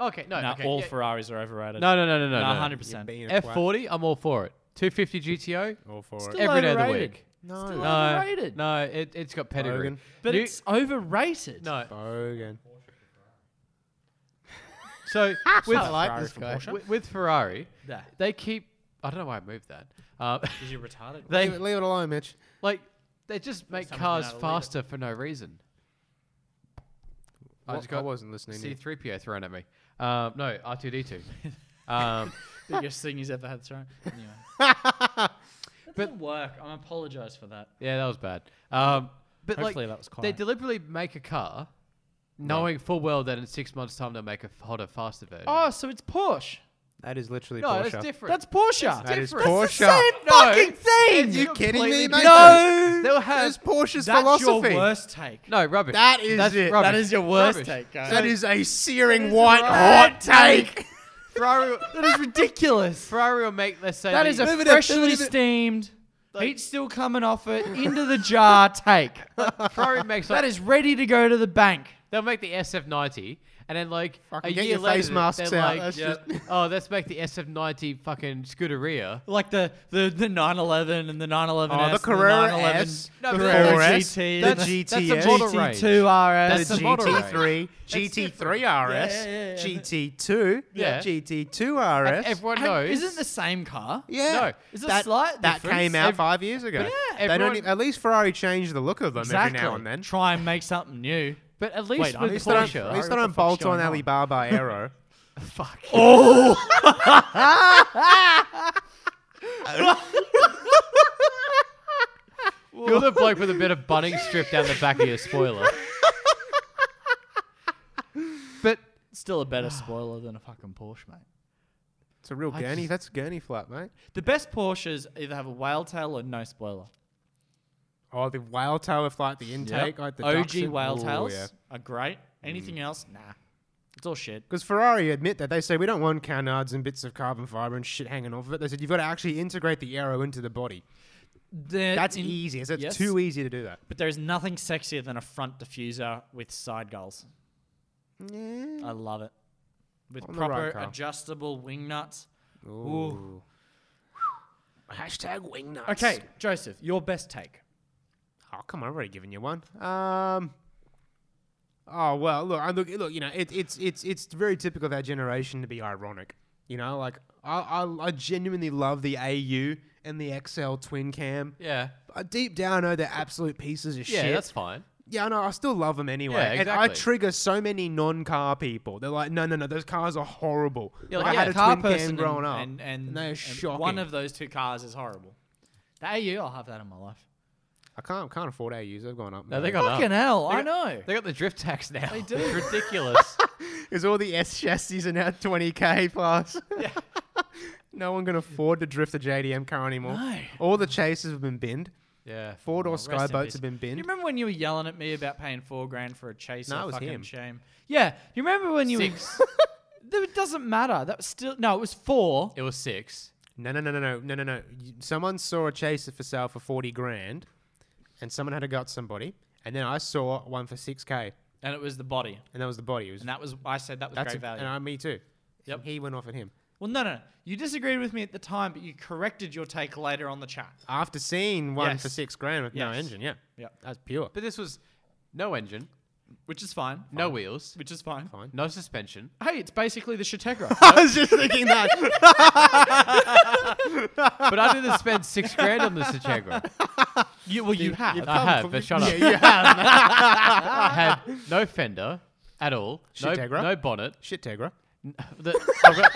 Speaker 6: Okay, no,
Speaker 2: No,
Speaker 6: okay,
Speaker 2: all
Speaker 6: yeah.
Speaker 2: Ferraris are overrated.
Speaker 6: no, no, no, no, no,
Speaker 2: no,
Speaker 6: no.
Speaker 2: hundred
Speaker 3: You're
Speaker 2: percent.
Speaker 3: being a
Speaker 6: F
Speaker 3: twat.
Speaker 6: forty, I'm all for it. Two fifty GTO
Speaker 3: All for
Speaker 2: Still
Speaker 3: it.
Speaker 6: every day of the
Speaker 2: overrated.
Speaker 6: week.
Speaker 3: No.
Speaker 2: Still
Speaker 6: No,
Speaker 2: overrated.
Speaker 6: no, it, it's got pedigree.
Speaker 3: Bogan.
Speaker 2: But
Speaker 6: You-
Speaker 2: it's overrated. <laughs>
Speaker 6: no.
Speaker 3: Bogan.
Speaker 6: So with,
Speaker 2: I like this guy.
Speaker 6: with, with Ferrari,
Speaker 2: Nah.
Speaker 6: they keep. I don't know why I moved that. Um,
Speaker 2: Is you retarded?
Speaker 6: <laughs> they
Speaker 3: Leave it, leave it alone, Mitch.
Speaker 6: like they just make
Speaker 2: Someone's
Speaker 6: cars
Speaker 2: been able to leave it.
Speaker 6: faster for no reason. I
Speaker 3: What-
Speaker 6: just got
Speaker 3: I wasn't listening.
Speaker 6: C
Speaker 3: yeah.
Speaker 6: three PO thrown at me. Um, no, R two D two. Um,
Speaker 2: Biggest thing he's ever had thrown. <laughs> Anyway. that didn't work. I apologize for that.
Speaker 6: yeah, that was bad. Um, but
Speaker 2: Hopefully
Speaker 6: like,
Speaker 2: that was
Speaker 6: they
Speaker 2: quiet.
Speaker 6: deliberately make a car, knowing full well that in six months' time they'll make a hotter, faster version.
Speaker 2: Oh, so it's Porsche.
Speaker 3: That is literally
Speaker 6: no,
Speaker 3: Porsche.
Speaker 6: it's different.
Speaker 2: That's Porsche.
Speaker 3: That is
Speaker 6: different.
Speaker 3: Porsche.
Speaker 6: fucking
Speaker 3: Are you kidding me, mate?
Speaker 6: No, they'll
Speaker 3: That's
Speaker 6: have
Speaker 3: Porsche's
Speaker 2: That's
Speaker 3: philosophy.
Speaker 2: your worst take.
Speaker 6: <laughs> no rubbish.
Speaker 3: That is
Speaker 6: That's
Speaker 3: it.
Speaker 6: rubbish.
Speaker 2: That is your worst
Speaker 6: Rubbish.
Speaker 2: take, guys.
Speaker 3: That is a searing white hot take.
Speaker 6: Ferrari, will-
Speaker 2: That is ridiculous.
Speaker 6: Ferrari will make, let's say,
Speaker 2: That
Speaker 6: they-
Speaker 2: is a
Speaker 6: Look at
Speaker 2: freshly steamed, heat still coming off it, into the jar <laughs> take.
Speaker 6: that. <laughs> Ferrari makes like,
Speaker 2: That is ready to go to the bank.
Speaker 6: they'll make the SF90, and then like
Speaker 3: Fucking
Speaker 6: a
Speaker 3: get
Speaker 6: year
Speaker 3: your
Speaker 6: later,
Speaker 3: face masks
Speaker 6: they're
Speaker 3: out,
Speaker 6: like,
Speaker 3: that's
Speaker 6: "Yep,
Speaker 3: <laughs>
Speaker 6: oh, let's make the SF90 fucking Scuderia.
Speaker 2: Like the the the 911 and the 911
Speaker 3: Oh, the
Speaker 2: S, and
Speaker 3: Carrera
Speaker 2: 911
Speaker 3: S,
Speaker 6: No,
Speaker 3: the
Speaker 6: but
Speaker 3: Carrera
Speaker 2: that's-
Speaker 3: S, the
Speaker 2: that's-
Speaker 6: that's
Speaker 3: GTS,
Speaker 6: a model range.
Speaker 2: GT2 RS.
Speaker 6: That's
Speaker 3: the
Speaker 6: a model
Speaker 3: GT3, GT3 RS,
Speaker 2: Yeah, yeah, yeah.
Speaker 3: GT2,
Speaker 6: Yeah.
Speaker 3: GT2 RS.
Speaker 6: Everyone
Speaker 2: Hey,
Speaker 6: knows.
Speaker 2: Isn't the same car?
Speaker 3: yeah,
Speaker 6: No.
Speaker 2: Is it
Speaker 3: that,
Speaker 2: slight
Speaker 3: that came
Speaker 2: difference?
Speaker 3: out
Speaker 6: Ev-
Speaker 3: five years ago.
Speaker 6: Yeah.
Speaker 3: they don't.
Speaker 6: Everyone-
Speaker 3: Even, at least Ferrari changed the look of them
Speaker 2: Exactly.
Speaker 3: every now and then.
Speaker 2: Try and make something new.
Speaker 6: but at least
Speaker 2: Wait, I'm
Speaker 6: with
Speaker 3: At least, I don't,
Speaker 6: Porsche,
Speaker 3: at least I
Speaker 2: What the
Speaker 3: don't
Speaker 2: fuck's
Speaker 3: bolt on
Speaker 2: going on?
Speaker 3: Alibaba Aero.
Speaker 6: you're the bloke with a bit of bunning strip down the back of your spoiler.
Speaker 3: But
Speaker 2: Still a better spoiler than a fucking Porsche, mate.
Speaker 3: it's a real gurney. That's a gurney flap, mate.
Speaker 2: The best Porsches either have a whale tail or no spoiler.
Speaker 3: Oh, the whale tower flight, the intake, like the
Speaker 2: OG whale tails are great. Anything else? Nah. It's all shit.
Speaker 3: Because Ferrari admit that they say we don't want canards and bits of carbon fiber and shit hanging off of it. They said you've got to actually integrate the aero into the body.
Speaker 2: They're
Speaker 3: That's
Speaker 2: in-
Speaker 3: easy. It's it's
Speaker 2: yes.
Speaker 3: too easy to do that.
Speaker 2: But there is nothing sexier than a front diffuser with side gulls. I love it. With
Speaker 3: On the right
Speaker 2: proper
Speaker 3: car.
Speaker 2: adjustable wing nuts.
Speaker 3: Ooh. Hashtag wing nuts.
Speaker 2: Okay, Joseph, your best take.
Speaker 3: Oh come on, I've already given you one. Um. Oh well, look, I look, look. You know, it, it's it's it's very typical of our generation to be ironic. You know, like I I, I genuinely love the AU and the XL twin cam.
Speaker 6: Yeah,
Speaker 3: I deep down know they're absolute pieces of
Speaker 6: yeah,
Speaker 3: shit.
Speaker 6: that's fine.
Speaker 3: yeah, I know. I still love them anyway.
Speaker 6: Yeah,
Speaker 3: And I
Speaker 6: exactly.
Speaker 3: trigger so many non-car people. They're like, no, no, no, those cars are horrible.
Speaker 6: Yeah,
Speaker 3: like,
Speaker 6: like,
Speaker 3: I had a
Speaker 2: car
Speaker 3: twin cam
Speaker 2: person
Speaker 3: growing
Speaker 2: and,
Speaker 3: up,
Speaker 2: And, and,
Speaker 3: they're
Speaker 2: and
Speaker 3: shocking.
Speaker 2: One of those two cars is horrible. The AU, I'll have that in my life.
Speaker 3: I can't can't afford AUs. They've gone up.
Speaker 6: No, they
Speaker 3: man.
Speaker 6: got
Speaker 2: Fucking
Speaker 6: up.
Speaker 2: hell, I know.
Speaker 6: They got the drift tax <laughs> now.
Speaker 2: They do.
Speaker 6: It's <laughs> ridiculous.
Speaker 3: Because all the S chassis are now 20k plus. <laughs> no one can afford to drift a JDM car anymore.
Speaker 2: No.
Speaker 3: All the chasers have been binned.
Speaker 6: yeah.
Speaker 3: Four door
Speaker 2: in
Speaker 3: sky
Speaker 2: peace.
Speaker 3: boats have been
Speaker 2: Do you
Speaker 3: binned.
Speaker 2: remember when you were yelling at me about paying four grand for a chaser?
Speaker 3: No, it was
Speaker 2: fucking
Speaker 3: him.
Speaker 2: shame. Yeah, do you remember when you
Speaker 6: Six.
Speaker 2: were? <laughs> It doesn't matter. That was still no. It was four.
Speaker 6: It was six.
Speaker 3: No, no, no, no, no, no, no, no. You- Someone saw a chaser for sale for 40 grand, and someone had to gut somebody. And then I saw one for 6k,
Speaker 2: And it was the body.
Speaker 3: and that was the body. It was
Speaker 2: And that was I said that was
Speaker 3: that's
Speaker 2: great
Speaker 3: a-
Speaker 2: value.
Speaker 3: And I, me too.
Speaker 2: Yep.
Speaker 3: He went off at him
Speaker 2: well, no, no, you disagreed with me at the time, but you corrected your take later on the chat.
Speaker 3: after seeing one for
Speaker 2: Yes.
Speaker 3: six grand with no
Speaker 2: Yes.
Speaker 3: engine. Yeah,
Speaker 2: Yep.
Speaker 3: that's pure.
Speaker 6: But this was no engine,
Speaker 2: Which is fine.
Speaker 6: no wheels,
Speaker 2: Which is fine.
Speaker 3: Fine.
Speaker 6: no suspension.
Speaker 2: Hey, it's basically the Shategra.
Speaker 3: <laughs> I was just
Speaker 2: <laughs>
Speaker 3: thinking that.
Speaker 6: But I didn't spend six grand on this Integra.
Speaker 2: you, well, you have.
Speaker 6: I
Speaker 3: come
Speaker 6: have,
Speaker 3: from-
Speaker 6: but shut
Speaker 3: yeah,
Speaker 6: up.
Speaker 3: you have.
Speaker 6: I had no fender at all. No,
Speaker 3: Integra?
Speaker 6: no bonnet.
Speaker 3: Shit, Tegra.
Speaker 6: The- I've got-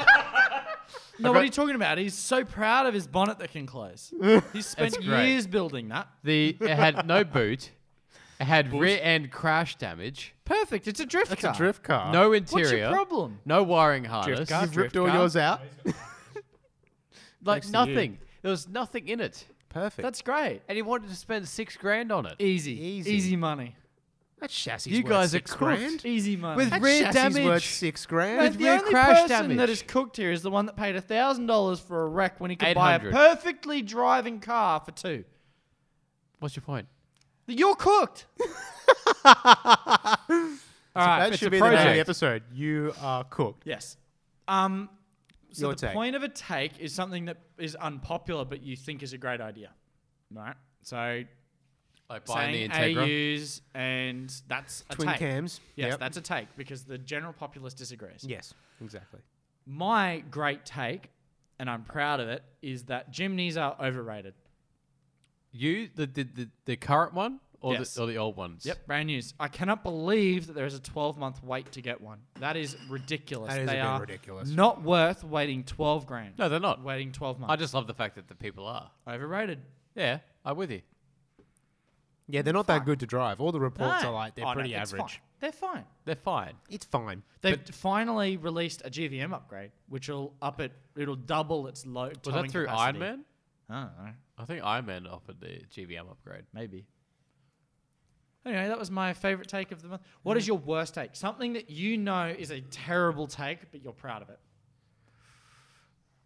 Speaker 2: no, what are you talking about? He's so proud of his bonnet that can close. He's spent
Speaker 6: great.
Speaker 2: years building that.
Speaker 6: the it had no boot. It had rear end crash damage.
Speaker 2: Perfect. It's a drift car.
Speaker 3: It's a drift car.
Speaker 6: No
Speaker 2: What's
Speaker 6: interior.
Speaker 2: your problem?
Speaker 6: No wiring harness.
Speaker 3: You've ripped all
Speaker 2: car.
Speaker 3: yours out.
Speaker 6: Like nothing. There was nothing in it.
Speaker 3: Perfect.
Speaker 2: That's great.
Speaker 6: And he wanted to spend six grand on it.
Speaker 2: Easy.
Speaker 3: Easy.
Speaker 2: Easy, money.
Speaker 3: that chassis.
Speaker 6: You
Speaker 3: worth
Speaker 6: guys are
Speaker 3: six
Speaker 6: crooked.
Speaker 3: grand.
Speaker 2: Easy money.
Speaker 6: With
Speaker 3: That
Speaker 6: rear
Speaker 3: chassis
Speaker 6: damage.
Speaker 3: worth six grand.
Speaker 2: Mate,
Speaker 6: with
Speaker 2: the
Speaker 6: rear
Speaker 2: only
Speaker 6: crash
Speaker 2: person that
Speaker 6: damage.
Speaker 2: is cooked here is the one that paid a thousand dollars for a wreck when he could buy a
Speaker 6: 800.
Speaker 2: perfectly driving car for two.
Speaker 6: What's your point?
Speaker 2: You're cooked. All right.
Speaker 3: that
Speaker 6: it's
Speaker 3: should
Speaker 6: a
Speaker 3: be the name of the
Speaker 6: project.
Speaker 3: episode. You are cooked.
Speaker 2: Yes. Um. So
Speaker 3: Your
Speaker 2: the
Speaker 3: take.
Speaker 2: point of a take is something that is unpopular, but you think is a great idea, right? So
Speaker 6: Like buying the
Speaker 2: saying
Speaker 6: Integra.
Speaker 2: AUs and that's a
Speaker 3: Twin
Speaker 2: take.
Speaker 3: cams.
Speaker 2: Yes,
Speaker 3: Yep.
Speaker 2: that's a take because the general populace disagrees.
Speaker 3: Yes, exactly.
Speaker 2: My great take, and I'm proud of it, is that Jimneys are overrated.
Speaker 6: You the the, the, the current one or
Speaker 2: Yes.
Speaker 6: the or the old ones?
Speaker 2: Yep, brand news. I cannot believe that there is a 12 month wait to get one. That is ridiculous.
Speaker 3: That is a
Speaker 2: they
Speaker 3: bit
Speaker 2: are
Speaker 3: ridiculous.
Speaker 2: Not worth waiting 12 grand.
Speaker 6: No, they're not.
Speaker 2: Waiting 12 months.
Speaker 6: I just love the fact that the people are.
Speaker 2: overrated.
Speaker 6: Yeah, I'm with you.
Speaker 3: Yeah, they're not that good to drive. All the reports
Speaker 2: No.
Speaker 3: are like they're
Speaker 2: Oh, no,
Speaker 3: pretty
Speaker 2: it's
Speaker 3: average.
Speaker 2: fine. They're fine.
Speaker 6: They're fine.
Speaker 3: It's fine.
Speaker 2: They've finally released a GVM upgrade, which will up it. It'll double its low.
Speaker 6: Was that through Iron Man?
Speaker 2: I don't know.
Speaker 6: I think Iron Man offered the GVM upgrade.
Speaker 2: Maybe. Anyway, that was my favorite take of the
Speaker 3: Mm.
Speaker 2: month. What is your worst take? Something that you know is a terrible take, but you're proud of it.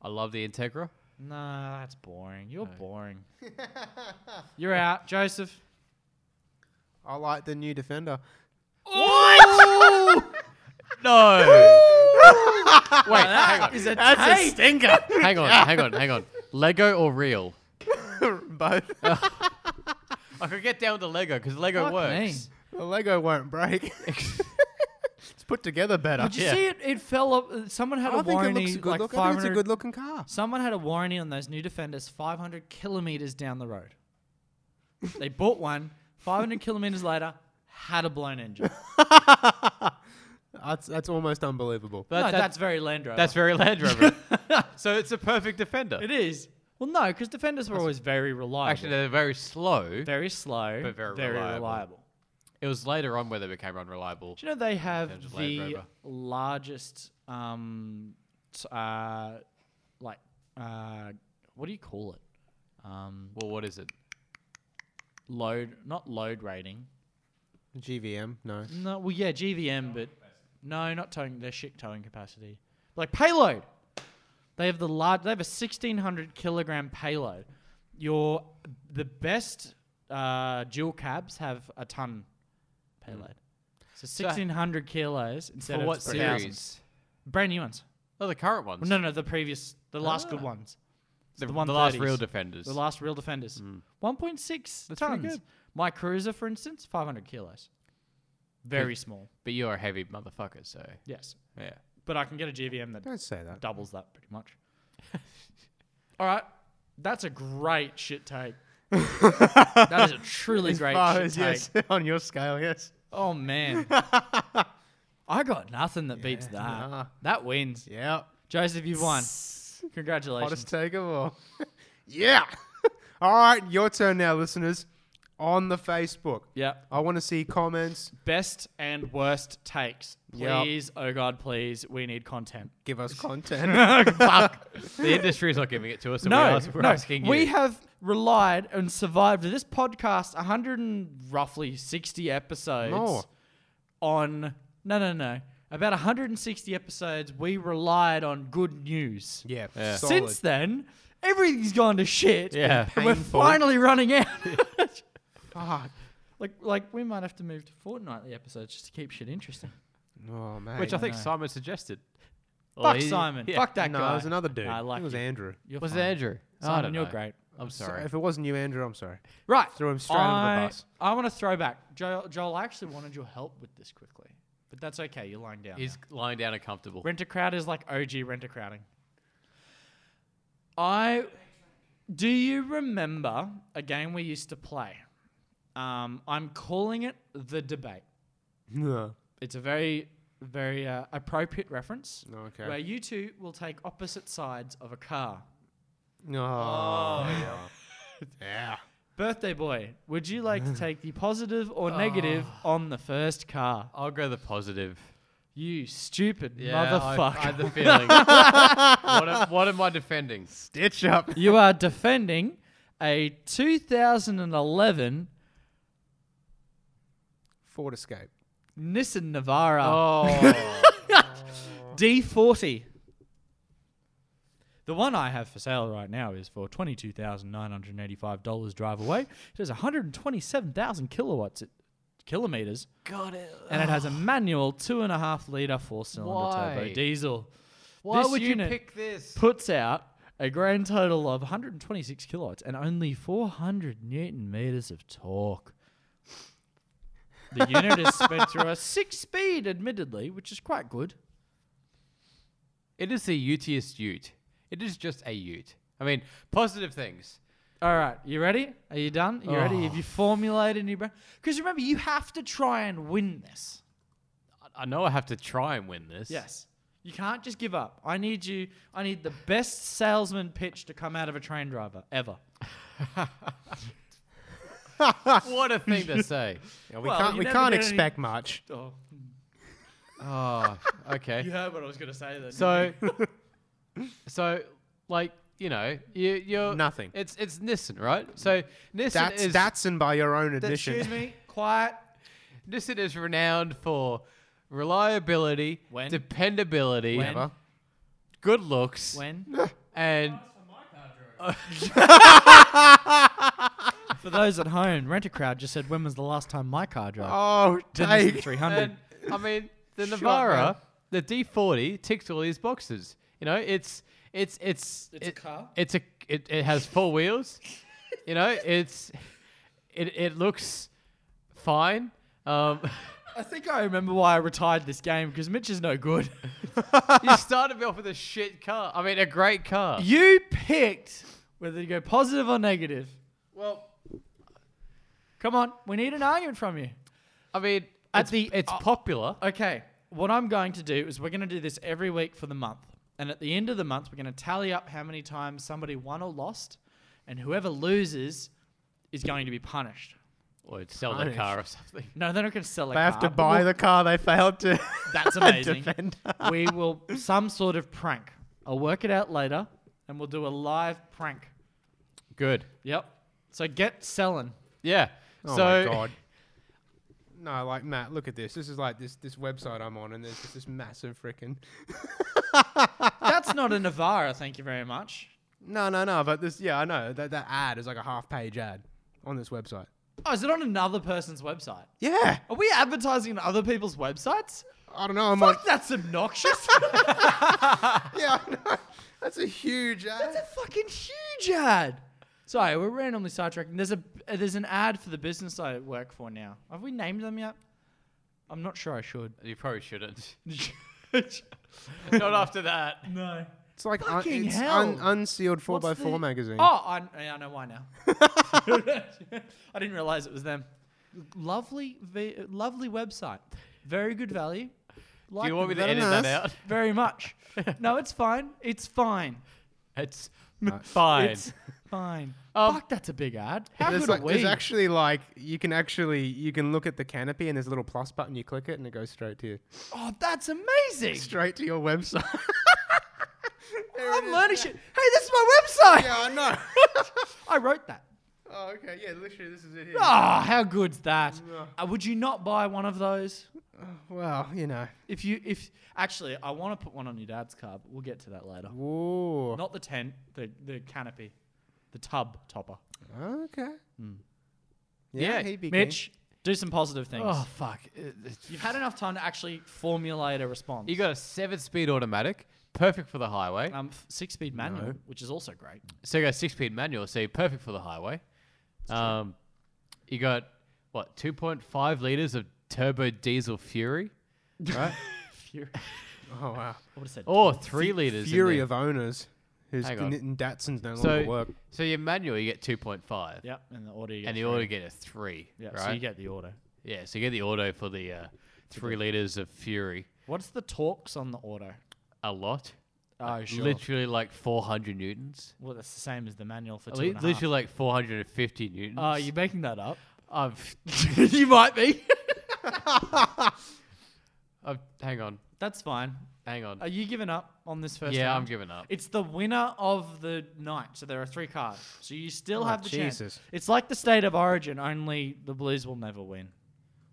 Speaker 6: I love the Integra.
Speaker 2: Nah, that's boring. You're
Speaker 3: <laughs>
Speaker 2: boring. You're out, Joseph.
Speaker 3: I like the new Defender.
Speaker 6: <laughs> No. <laughs> Wait, hang on.
Speaker 2: Is it
Speaker 3: That's a stinker.
Speaker 6: Hang on, hang on, hang on. Lego or real?
Speaker 3: Both.
Speaker 6: I could get down with the Lego because Lego
Speaker 2: Fuck
Speaker 6: works.
Speaker 2: me.
Speaker 3: <laughs> The Lego won't break. it's put together better.
Speaker 2: Did you see it? It fell up. uh, Someone had a
Speaker 3: I think it
Speaker 2: warranty
Speaker 3: looks good.
Speaker 2: like
Speaker 3: look, I think it's a
Speaker 2: 500.
Speaker 3: good looking car.
Speaker 2: someone had a warranty on those new Defenders 500 kilometers down the road. they bought one. 500 kilometers later, had a blown
Speaker 6: <laughs>
Speaker 2: engine.
Speaker 3: That's that's almost unbelievable.
Speaker 6: But
Speaker 2: no,
Speaker 6: that-
Speaker 2: that's very Land Rover.
Speaker 6: that's very Land <laughs> Rover. so it's a perfect defender.
Speaker 2: it is. Well, no, because Defenders were always very reliable.
Speaker 6: Actually, they're very slow.
Speaker 2: very slow,
Speaker 6: but very
Speaker 2: very
Speaker 6: reliable.
Speaker 2: reliable.
Speaker 6: It was later on where they became unreliable.
Speaker 2: Do you know they have
Speaker 6: terms of Land
Speaker 2: the
Speaker 6: Rover.
Speaker 2: largest, um, t- uh, like, uh, what do you call it? Um,
Speaker 6: Well, what is it?
Speaker 2: load, not load rating.
Speaker 3: GVM, no.
Speaker 2: No, well, yeah, GVM, but no, not towing. Their shit towing capacity, like payload. They have the large. They have a sixteen hundred kilogram payload. Your the best uh, dual cabs have a ton payload. So sixteen hundred kilos instead
Speaker 6: Hmm. For
Speaker 2: of
Speaker 6: what
Speaker 2: 1,000.
Speaker 6: series?
Speaker 2: Brand new ones.
Speaker 6: Oh, the current ones.
Speaker 2: Well, no, no, the previous, the last
Speaker 6: Ah.
Speaker 2: good ones.
Speaker 6: the,
Speaker 2: the
Speaker 6: the last
Speaker 2: 130s.
Speaker 6: real defenders.
Speaker 2: The last real defenders. 1.6
Speaker 6: Hmm. That's pretty
Speaker 2: tons.
Speaker 6: good.
Speaker 2: My cruiser, for instance, 500 kilos. Very small.
Speaker 6: but you're a heavy motherfucker, so
Speaker 2: Yes.
Speaker 6: yeah.
Speaker 2: But I can get a GVM that
Speaker 3: Don't say that.
Speaker 2: doubles that pretty much. <laughs> All right. That's a great shit take. that is a truly great shit take.
Speaker 3: yes, <laughs> on your scale, yes.
Speaker 2: Oh,
Speaker 6: <laughs>
Speaker 2: man. I got nothing that beats that.
Speaker 3: nah.
Speaker 2: That wins.
Speaker 3: Yeah.
Speaker 2: Joseph, you've won. Congratulations.
Speaker 3: Hottest take of all. <laughs> yeah. <laughs> all right, your turn now, listeners. On the Facebook.
Speaker 2: Yeah.
Speaker 3: I want to see comments.
Speaker 2: Best and worst takes.
Speaker 3: Yep.
Speaker 2: Please, oh God, please, we need content. <laughs>
Speaker 3: Give us content.
Speaker 6: <laughs> The industry's not giving it to us. So
Speaker 2: no,
Speaker 6: we're, ask- we're
Speaker 2: no,
Speaker 6: asking you.
Speaker 2: we have relied and survived this podcast 100 and roughly 60 episodes
Speaker 3: More.
Speaker 2: on no, no, no. About 160 episodes, we relied on good news.
Speaker 3: yeah.
Speaker 6: Yeah.
Speaker 3: Solid.
Speaker 2: Since then, everything's gone to shit.
Speaker 6: Yeah.
Speaker 2: and we're
Speaker 3: Painful.
Speaker 2: finally running out.
Speaker 3: <laughs> Fuck.
Speaker 2: like, like we might have to move to fortnightly episodes just to keep shit interesting.
Speaker 3: Oh, man.
Speaker 6: which I think
Speaker 2: No.
Speaker 6: Simon suggested. Well,
Speaker 2: Fuck
Speaker 6: he-
Speaker 2: Simon.
Speaker 6: yeah.
Speaker 2: Fuck that
Speaker 3: Oh, no,
Speaker 2: guy.
Speaker 3: it was another dude.
Speaker 2: I like
Speaker 3: it was
Speaker 2: you.
Speaker 3: Andrew.
Speaker 2: You're
Speaker 6: Was it
Speaker 2: fine.
Speaker 6: Andrew? I
Speaker 2: Simon,
Speaker 6: don't
Speaker 2: you're
Speaker 6: know.
Speaker 2: great.
Speaker 6: I'm
Speaker 3: So
Speaker 6: sorry.
Speaker 3: if it wasn't you, Andrew, I'm sorry. <laughs>
Speaker 2: Right.
Speaker 3: Threw him straight under the
Speaker 2: I,
Speaker 3: bus.
Speaker 2: I want to throw back. Joel, Joel, I actually wanted your help with this quickly, but that's okay. You're lying down.
Speaker 6: He's lying down and comfortable.
Speaker 2: Rent a crowd is like OG rent a crowding. I. Do you remember a game we used to play? Um, I'm calling it The Debate.
Speaker 3: No.
Speaker 2: It's a very, very uh, appropriate reference
Speaker 3: Okay.
Speaker 2: where you two will take opposite sides of a car.
Speaker 3: No. Oh, yeah. yeah.
Speaker 2: Birthday boy, would you like to take the positive or
Speaker 6: Ah.
Speaker 2: negative on the first car?
Speaker 6: I'll go the positive.
Speaker 2: You stupid
Speaker 6: Yeah, I-
Speaker 2: motherfucker.
Speaker 6: I, had <laughs> the feeling. what, am, what am I defending?
Speaker 3: Ditch up.
Speaker 2: you are defending a 2011
Speaker 3: Ford Escape.
Speaker 2: Nissan Navara
Speaker 6: Oh,
Speaker 2: <laughs> D40. The one I have for sale right now is for $22,985 drive away. It has 127,000 kilowatts at kilometers.
Speaker 6: got it.
Speaker 2: And it
Speaker 6: <sighs>
Speaker 2: has a manual 2.5 litre four cylinder turbo
Speaker 6: Why?
Speaker 2: diesel.
Speaker 6: Why
Speaker 2: This
Speaker 6: would you
Speaker 2: unit-
Speaker 6: pick this?
Speaker 2: puts out a grand total of 126 kilowatts and only 400 newton meters of torque. The unit is sped through a six speed, admittedly, which is quite good.
Speaker 6: It is the utiest ute. It is just a ute. I mean, positive things.
Speaker 2: All right, you ready? Are you done? you ready? Have you formulated in your brain? Because remember, you have to try and win this.
Speaker 6: I- I know I have to try and win this.
Speaker 2: Yes. You can't just give up. I need you. I need the best salesman pitch to come out of a train driver ever.
Speaker 6: <laughs> What a
Speaker 2: <laughs>
Speaker 6: thing to say.
Speaker 3: Yeah, we
Speaker 2: Well,
Speaker 3: can't.
Speaker 2: you
Speaker 3: We
Speaker 2: never
Speaker 3: can't
Speaker 2: did any-
Speaker 3: expect much.
Speaker 2: Oh,
Speaker 6: Oh, okay.
Speaker 2: you heard what I was going to say. Then.
Speaker 6: So,
Speaker 2: <laughs>
Speaker 6: so like you know, you you're
Speaker 3: Nothing.
Speaker 6: It's it's Nissan, right? So Nissan
Speaker 3: That's
Speaker 6: is
Speaker 3: Datsun by your own admission.
Speaker 2: excuse me. Quiet.
Speaker 6: Nissan is renowned for reliability,
Speaker 2: When?
Speaker 6: dependability,
Speaker 2: When?
Speaker 6: good looks,
Speaker 2: When?
Speaker 6: and
Speaker 2: For those at home, Rent a Crowd just said, "When was the last time my car drove?"
Speaker 3: Oh,
Speaker 2: Didn't use the <laughs>
Speaker 3: take.
Speaker 2: 300.
Speaker 6: And, I mean, the
Speaker 3: Shot,
Speaker 6: Navara, the D40 ticks all these boxes. You know, it's it's it's
Speaker 2: It's a car?
Speaker 6: It's a it, it has four wheels. You know, it's it it looks fine. Um, <laughs>
Speaker 2: I think I remember why I retired this game because Mitch is no good. <laughs>
Speaker 6: you started me off with a shit car. I mean, a great car.
Speaker 2: you picked whether to go positive or negative.
Speaker 6: well,
Speaker 2: Come on, we need an argument from you.
Speaker 6: I mean,
Speaker 2: At
Speaker 6: it's,
Speaker 2: the-
Speaker 6: it's
Speaker 2: uh,
Speaker 6: popular.
Speaker 2: Okay, what I'm going to do is we're going to do this every week for the month. And at the end of the month, we're going to tally up how many times somebody won or lost. And whoever loses is going to be punished.
Speaker 6: Or it'd sell their
Speaker 3: punished.
Speaker 6: car or something.
Speaker 2: No, they're not going to sell a
Speaker 3: They have to
Speaker 2: car, but
Speaker 3: buy
Speaker 2: we'll-
Speaker 3: the car they failed to.
Speaker 2: That's amazing.
Speaker 3: defend.
Speaker 2: we will some sort of prank. I'll work it out later, and we'll do a live prank.
Speaker 6: <laughs> Good.
Speaker 2: Yep. So get selling.
Speaker 6: Yeah.
Speaker 3: Oh
Speaker 6: so <laughs>
Speaker 3: my god. <laughs> No, like Matt, look at this. This is like this this website I'm on, and there's just this massive freaking.
Speaker 2: That's not a Navara, thank you very much.
Speaker 3: No, no, no. But this, yeah, I know that that ad is like a half page ad on this website.
Speaker 2: Oh, is it on another person's website?
Speaker 3: Yeah,
Speaker 2: Are we advertising on other people's websites?
Speaker 3: I don't know. I'm
Speaker 2: Fuck, that's obnoxious.
Speaker 3: like, yeah, I know. <laughs> That's a huge ad.
Speaker 2: that's a fucking huge ad. Sorry, we're randomly sidetracking. There's a uh, there's an ad for the business I work for now. Have we named them yet? I'm not sure I should. <laughs>
Speaker 6: you probably shouldn't. Not after that.
Speaker 2: no.
Speaker 3: it's like un-
Speaker 2: fucking
Speaker 3: it's
Speaker 2: hell.
Speaker 3: un- unsealed four
Speaker 2: What's
Speaker 3: x four
Speaker 2: the-
Speaker 3: magazine.
Speaker 2: Oh, I, yeah, I know why
Speaker 6: <laughs>
Speaker 2: now. <laughs> I didn't realize it was them. Lovely, ve- lovely website. Very good value. Like
Speaker 6: Do you want me
Speaker 2: them
Speaker 6: to edit that out?
Speaker 2: very
Speaker 6: <laughs>
Speaker 2: much. no, it's fine. It's fine.
Speaker 6: It's fine.
Speaker 2: It's fine.
Speaker 6: Um,
Speaker 2: Fuck, that's a big ad. How
Speaker 3: There's,
Speaker 2: good
Speaker 3: like,
Speaker 2: are we?
Speaker 3: there's actually like you can actually you can look at the canopy and there's a little plus button. You click it and it goes straight to you,
Speaker 2: oh, that's amazing.
Speaker 3: straight to your website.
Speaker 2: I'm learning shit. Hey, this is my website.
Speaker 3: <laughs> yeah, I know.
Speaker 2: I wrote that.
Speaker 3: <laughs> oh, okay. Yeah, literally, this is it here.
Speaker 2: Oh, how good's that? Uh, would you not buy one of those?
Speaker 3: Well, you know.
Speaker 2: If you, if actually, I want to put one on your dad's car, but we'll get to that later.
Speaker 3: Whoa.
Speaker 2: Not the tent, the, the canopy, the tub topper.
Speaker 3: Okay.
Speaker 6: Yeah,
Speaker 3: he'd be <laughs>
Speaker 2: Mitch, do some positive things.
Speaker 6: Oh fuck!
Speaker 2: You've had enough time to actually formulate a response.
Speaker 6: You got a seven-speed automatic, perfect for the highway.
Speaker 2: um, f- six speed manual, which is also great.
Speaker 6: so you got a six-speed manual, so you're perfect for the highway. Um, you got what 2.5 liters of turbo diesel Fury,
Speaker 2: <laughs> Fury.
Speaker 3: keen. Oh wow.
Speaker 2: I would have said.
Speaker 6: or three liters in
Speaker 3: Fury
Speaker 6: there.
Speaker 3: of owners who's
Speaker 6: Hang
Speaker 3: n-
Speaker 6: on.
Speaker 3: n- Datsuns no longer
Speaker 6: So,
Speaker 3: work. <laughs>
Speaker 6: so your manual you get 2.5,
Speaker 2: Yeah, and the order. You
Speaker 6: and the
Speaker 2: three.
Speaker 6: auto you get a three,
Speaker 2: Yeah,
Speaker 6: right?
Speaker 2: so you get the order.
Speaker 6: yeah, so you get the auto for the uh, three liters of Fury.
Speaker 2: What's the torques on the order?
Speaker 6: A lot, Uh,
Speaker 2: Oh,
Speaker 6: literally like 400 newtons.
Speaker 2: Well, that's the same as the manual for
Speaker 6: Li-
Speaker 2: two and a half.
Speaker 6: Literally like 450 newtons.
Speaker 2: Oh, you're making that up.
Speaker 6: I've,
Speaker 2: <laughs> you might
Speaker 6: <laughs>
Speaker 2: be.
Speaker 6: I've, Oh, hang on,
Speaker 2: That's fine.
Speaker 6: hang on.
Speaker 2: Are you giving up on this first?
Speaker 6: yeah,
Speaker 2: round?
Speaker 6: I'm giving up.
Speaker 2: It's the winner of the night, so there are three cards. So you still
Speaker 3: Oh,
Speaker 2: have the chance.
Speaker 3: Jesus.
Speaker 2: It's like the state of origin, only the Blues will never win.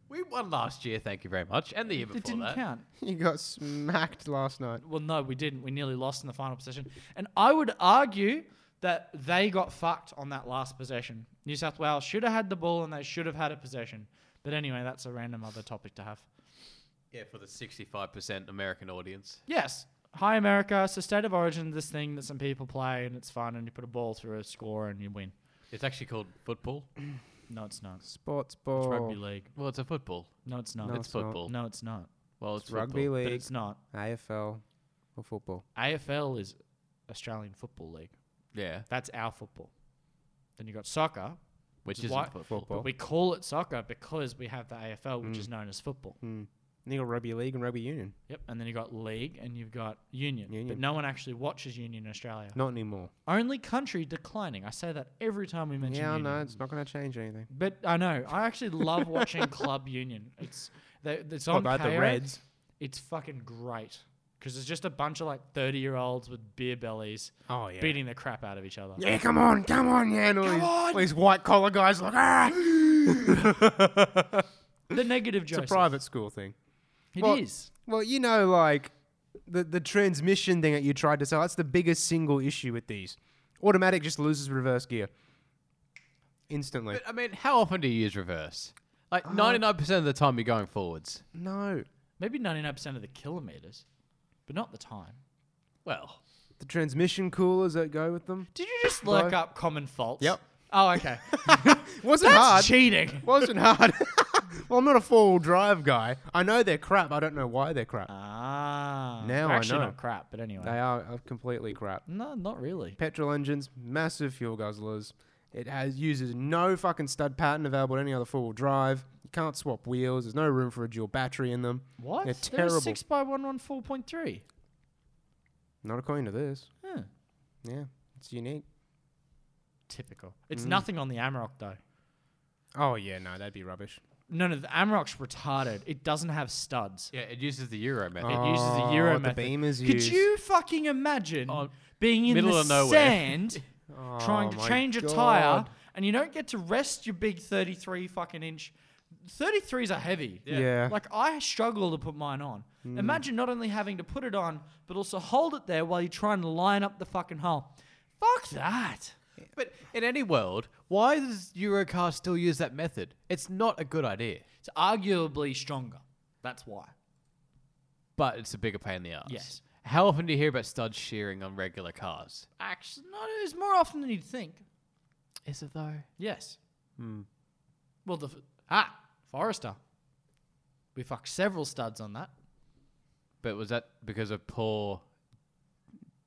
Speaker 6: We won last year, thank you very much, and the year before
Speaker 2: it didn't
Speaker 6: that.
Speaker 2: count.
Speaker 3: You got smacked last night.
Speaker 2: Well, no, we didn't. We nearly lost in the final possession. And I would argue that they got fucked on that last possession. New South Wales should have had the ball and they should have had a possession. But anyway, that's a random other topic to have.
Speaker 6: Yeah, for the 65% American audience.
Speaker 2: Yes. Hi, America. So, state of origin is this thing that some people play and it's fun, and you put a ball through a score and you win.
Speaker 6: It's actually called football.
Speaker 2: No, it's not. It's
Speaker 3: Sports ball.
Speaker 2: rugby league.
Speaker 6: Well, it's a football.
Speaker 2: No, it's not.
Speaker 3: No,
Speaker 6: it's,
Speaker 3: it's not.
Speaker 6: football.
Speaker 2: No, it's not.
Speaker 6: Well, it's,
Speaker 3: rugby
Speaker 6: football.
Speaker 2: But
Speaker 3: league,
Speaker 2: it's not.
Speaker 3: AFL, or football.
Speaker 2: AFL is Australian Football League.
Speaker 6: Yeah,
Speaker 2: That's our football. Then you got soccer,
Speaker 6: which
Speaker 2: It's
Speaker 6: isn't
Speaker 2: white-
Speaker 6: football.
Speaker 2: but
Speaker 3: Football.
Speaker 2: we call it soccer because we have the AFL, which is known as football.
Speaker 3: Mm. And you got rugby league and rugby union.
Speaker 2: Yep. And then you got league, and you've got union. But
Speaker 3: Union.
Speaker 2: no one actually watches union in Australia.
Speaker 3: Not anymore.
Speaker 2: Only country declining. I say that every time we mention.
Speaker 3: yeah,
Speaker 2: union.
Speaker 3: no, it's not going to change anything.
Speaker 2: But I know I actually love watching Club Union. It's they, it's
Speaker 3: What
Speaker 2: on
Speaker 3: about the
Speaker 2: KO.
Speaker 3: Reds?
Speaker 2: It's fucking great because it's just a bunch of like thirty year olds with beer bellies
Speaker 3: Oh yeah.
Speaker 2: beating the crap out of each other.
Speaker 3: Yeah, come on, come on, yeah. And all these, all these white collar guys are like ah. <laughs>
Speaker 2: The negative
Speaker 3: It's a
Speaker 2: Joseph.
Speaker 3: private school thing.
Speaker 2: It
Speaker 3: Well-
Speaker 2: is.
Speaker 3: Well, you know, like the, the transmission thing that you tried to sell, that's the biggest single issue with these. Automatic just loses reverse gear instantly.
Speaker 6: But, I mean, how often do you use reverse?
Speaker 2: Uh,
Speaker 6: Like ninety-nine percent of the time, you're going forwards.
Speaker 3: no.
Speaker 2: Maybe 99% of the kilometers, but not the time.
Speaker 6: Well,
Speaker 3: The transmission coolers that go with them.
Speaker 2: Did you just look
Speaker 3: No.
Speaker 2: up common faults?
Speaker 3: Yep.
Speaker 2: Oh, okay. <laughs>
Speaker 3: Wasn't
Speaker 2: That's
Speaker 3: hard.
Speaker 2: cheating.
Speaker 3: Wasn't hard. <laughs> well, I'm not a four wheel drive guy. I know they're crap. I don't know why they're crap.
Speaker 2: Uh. Ah.
Speaker 3: Now I
Speaker 2: actually
Speaker 3: know.
Speaker 2: not crap, but anyway.
Speaker 3: They are uh, completely crap.
Speaker 2: no, not really.
Speaker 3: Petrol engines, massive fuel guzzlers. It has uses no fucking stud pattern available to any other four wheel drive. You can't swap wheels. There's no room for a dual battery in them.
Speaker 2: What?
Speaker 3: They're
Speaker 2: They're
Speaker 3: terrible.
Speaker 2: six by one one four point three.
Speaker 3: Not according to this.
Speaker 2: Huh.
Speaker 3: Yeah, it's unique.
Speaker 2: Typical.
Speaker 3: Mm.
Speaker 2: It's nothing on the Amarok though.
Speaker 3: Oh yeah, no, that'd be rubbish.
Speaker 2: No, no, the Amarok's retarded. It doesn't have studs.
Speaker 6: yeah, it uses the euro method.
Speaker 2: It uses the Euro
Speaker 3: Oh, the
Speaker 2: method.
Speaker 3: beamers
Speaker 2: Could
Speaker 3: use.
Speaker 2: you fucking imagine being in
Speaker 6: middle
Speaker 2: the
Speaker 6: of
Speaker 2: <laughs>
Speaker 6: nowhere.
Speaker 2: sand, trying
Speaker 3: Oh
Speaker 2: to
Speaker 3: my
Speaker 2: change a tire, and you don't get to rest your big thirty-three fucking inch? Thirty-threes are heavy.
Speaker 3: Yeah. Mm.
Speaker 2: Like I struggle to put mine on. Imagine not only having to put it on, but also hold it there while you're trying to line up the fucking hole. Fuck that.
Speaker 6: But in any world, why does Eurocar still use that method? It's not a good idea,
Speaker 2: It's arguably stronger. That's why.
Speaker 6: but it's a bigger pain in the ass.
Speaker 2: Yes.
Speaker 6: How often do you hear about stud shearing on regular cars?
Speaker 2: Actually, no, it's more often than you'd think.
Speaker 6: Is it though?
Speaker 2: Yes.
Speaker 3: Hmm.
Speaker 2: Well, the f- ah Forester. We fucked several studs on that.
Speaker 6: But was that because of poor?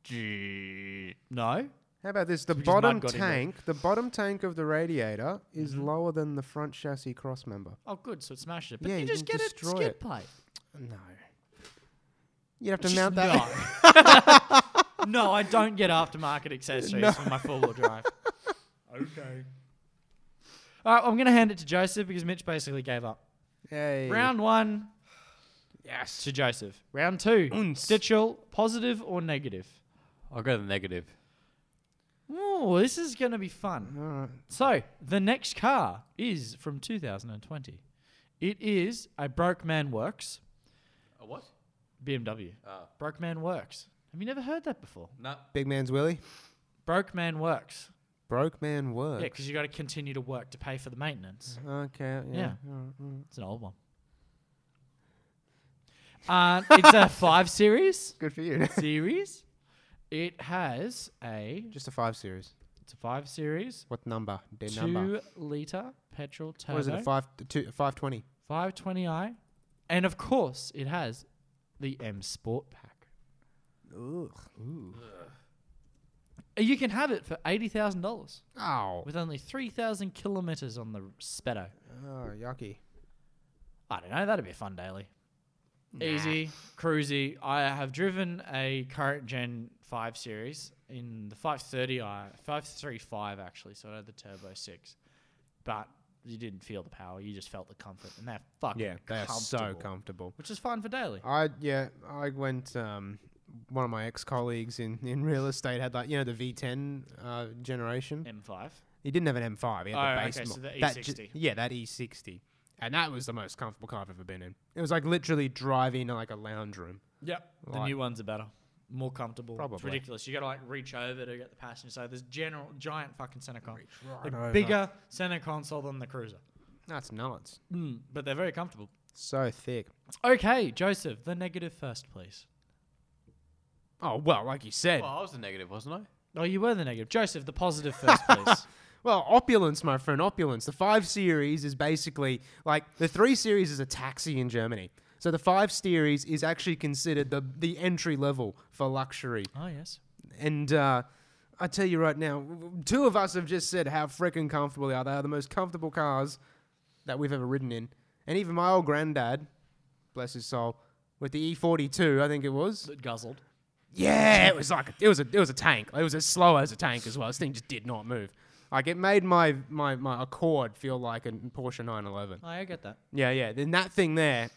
Speaker 6: G-
Speaker 2: No.
Speaker 3: How about this? The
Speaker 2: So we just mud
Speaker 3: bottom
Speaker 2: got in there. Mm-hmm.
Speaker 3: tank, the bottom tank of the radiator is lower than the front chassis crossmember.
Speaker 2: Oh, good. So it smashed it. But
Speaker 3: Yeah,
Speaker 2: you
Speaker 3: you
Speaker 2: just
Speaker 3: can
Speaker 2: get a
Speaker 3: destroy
Speaker 2: skid
Speaker 3: it.
Speaker 2: plate.
Speaker 3: No. You'd have to
Speaker 2: Just
Speaker 3: mount that. <laughs>
Speaker 2: No. <laughs> no, I don't get aftermarket accessories for my four-wheel drive. okay. All right, I'm going to hand it to Joseph because Mitch basically gave up.
Speaker 3: Hey.
Speaker 2: Round one
Speaker 3: Yes.
Speaker 2: to Joseph. Round two, Stitchell, positive or negative?
Speaker 6: I'll go to the negative.
Speaker 2: Oh, this is going to be fun.
Speaker 3: Alright.
Speaker 2: So, the next car is from 2020. It is a Broke Man Works
Speaker 6: A what? Ah.
Speaker 2: BMW. Broke Man Works. Have you never heard that before?
Speaker 6: No.
Speaker 3: Big man's Willie.
Speaker 2: Broke Man Works.
Speaker 3: Broke man
Speaker 2: Yeah,
Speaker 3: works.
Speaker 2: 'cause you got to continue to work to pay for the maintenance.
Speaker 3: Okay. Mm-hmm. Yeah.
Speaker 2: Yeah. It's an old one. Uh, it's
Speaker 3: <laughs>
Speaker 2: a 5 Series.
Speaker 3: Good for you. <laughs>
Speaker 2: Series. It has a.
Speaker 3: Just a five series.
Speaker 2: It's a 5 Series.
Speaker 3: What number? Their
Speaker 2: Two
Speaker 3: number.
Speaker 2: litre petrol turbo.
Speaker 3: What is it? A five two five twenty.
Speaker 2: 520i. And of course, it has the M Sport Pack. Ooh. You can have it for $80,000
Speaker 3: Ow.
Speaker 2: with only 3,000 kilometers on the Speddo.
Speaker 3: Oh, yucky.
Speaker 2: I don't know, that'd be a fun daily. Easy, cruisy. I have driven a current gen 5 series in the 530i, 535 actually, so I had the turbo 6. But you didn't feel the power, you just felt the comfort. And they're fucking
Speaker 3: Yeah, they are so
Speaker 2: comfortable.
Speaker 3: comfortable.
Speaker 2: which is fine for daily.
Speaker 3: I yeah, I went. Um, one of my ex colleagues in, in real estate had like you know the V10 uh, generation.
Speaker 2: M5.
Speaker 3: He didn't have an M5. He had
Speaker 2: Oh,
Speaker 3: the
Speaker 2: okay,
Speaker 3: base
Speaker 2: so
Speaker 3: mo-
Speaker 2: the
Speaker 3: that ju-
Speaker 2: E60.
Speaker 3: yeah, that E60, and that was the most comfortable car I've ever been in. It was like literally driving in like a lounge room.
Speaker 2: Yep. the
Speaker 3: Like-
Speaker 2: new ones are better. More comfortable. It's
Speaker 3: Probably.
Speaker 2: ridiculous. You got to like reach over to get the passenger side. There's general giant fucking center console.
Speaker 3: right over.
Speaker 2: bigger center console than the cruiser.
Speaker 3: That's nuts.
Speaker 2: Mm, but they're very comfortable.
Speaker 3: So thick.
Speaker 2: Okay, Joseph, the negative first, please.
Speaker 3: Oh well, like you said.
Speaker 6: Well, I was the negative, wasn't I?
Speaker 2: Oh, you were the negative. Joseph, the positive first, please.
Speaker 3: Well, opulence, my friend, opulence. The five series is basically like the three series is a taxi in Germany. So the five series is actually considered the the entry level for luxury.
Speaker 2: oh, yes.
Speaker 3: And uh, I tell you right now, two of us have just said how freaking comfortable they are. They are the most comfortable cars that we've ever ridden in. And even my old granddad, bless his soul, with the E42, I think it was.
Speaker 2: That guzzled.
Speaker 3: Yeah, it was like it was a it was a tank. It was as slow as a tank as well. This thing just did not move. Like it made my my my Accord feel like a Porsche 911.
Speaker 2: Oh, I get that.
Speaker 3: Yeah, yeah. Then that thing there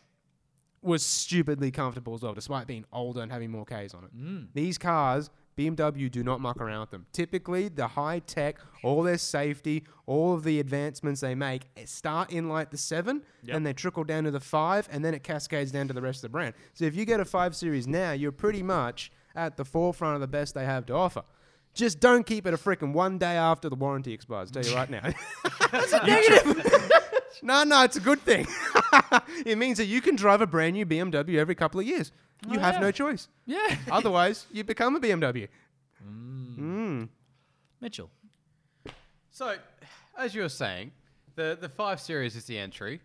Speaker 3: was stupidly comfortable as well, despite being older and having more Ks on it. These cars BMW do not muck around with them. Typically, the high tech, all their safety, all of the advancements they make eh, start in like the seven, and they trickle down to the five, and then it cascades down to the rest of the brand. So if you get a five series now, you're pretty much at the forefront of the best they have to offer. Just don't keep it a frickin' one day after the warranty expires. Tell you right now. <laughs> That's a negative. no, no, it's a good thing. <laughs> it means that you can drive a brand new BMW every couple of years.
Speaker 6: Oh,
Speaker 3: You have no choice.
Speaker 6: <laughs>
Speaker 2: Yeah.
Speaker 3: Otherwise, you become a BMW.
Speaker 2: Mitchell.
Speaker 6: So, as you were saying, the, the 5 Series is the entry,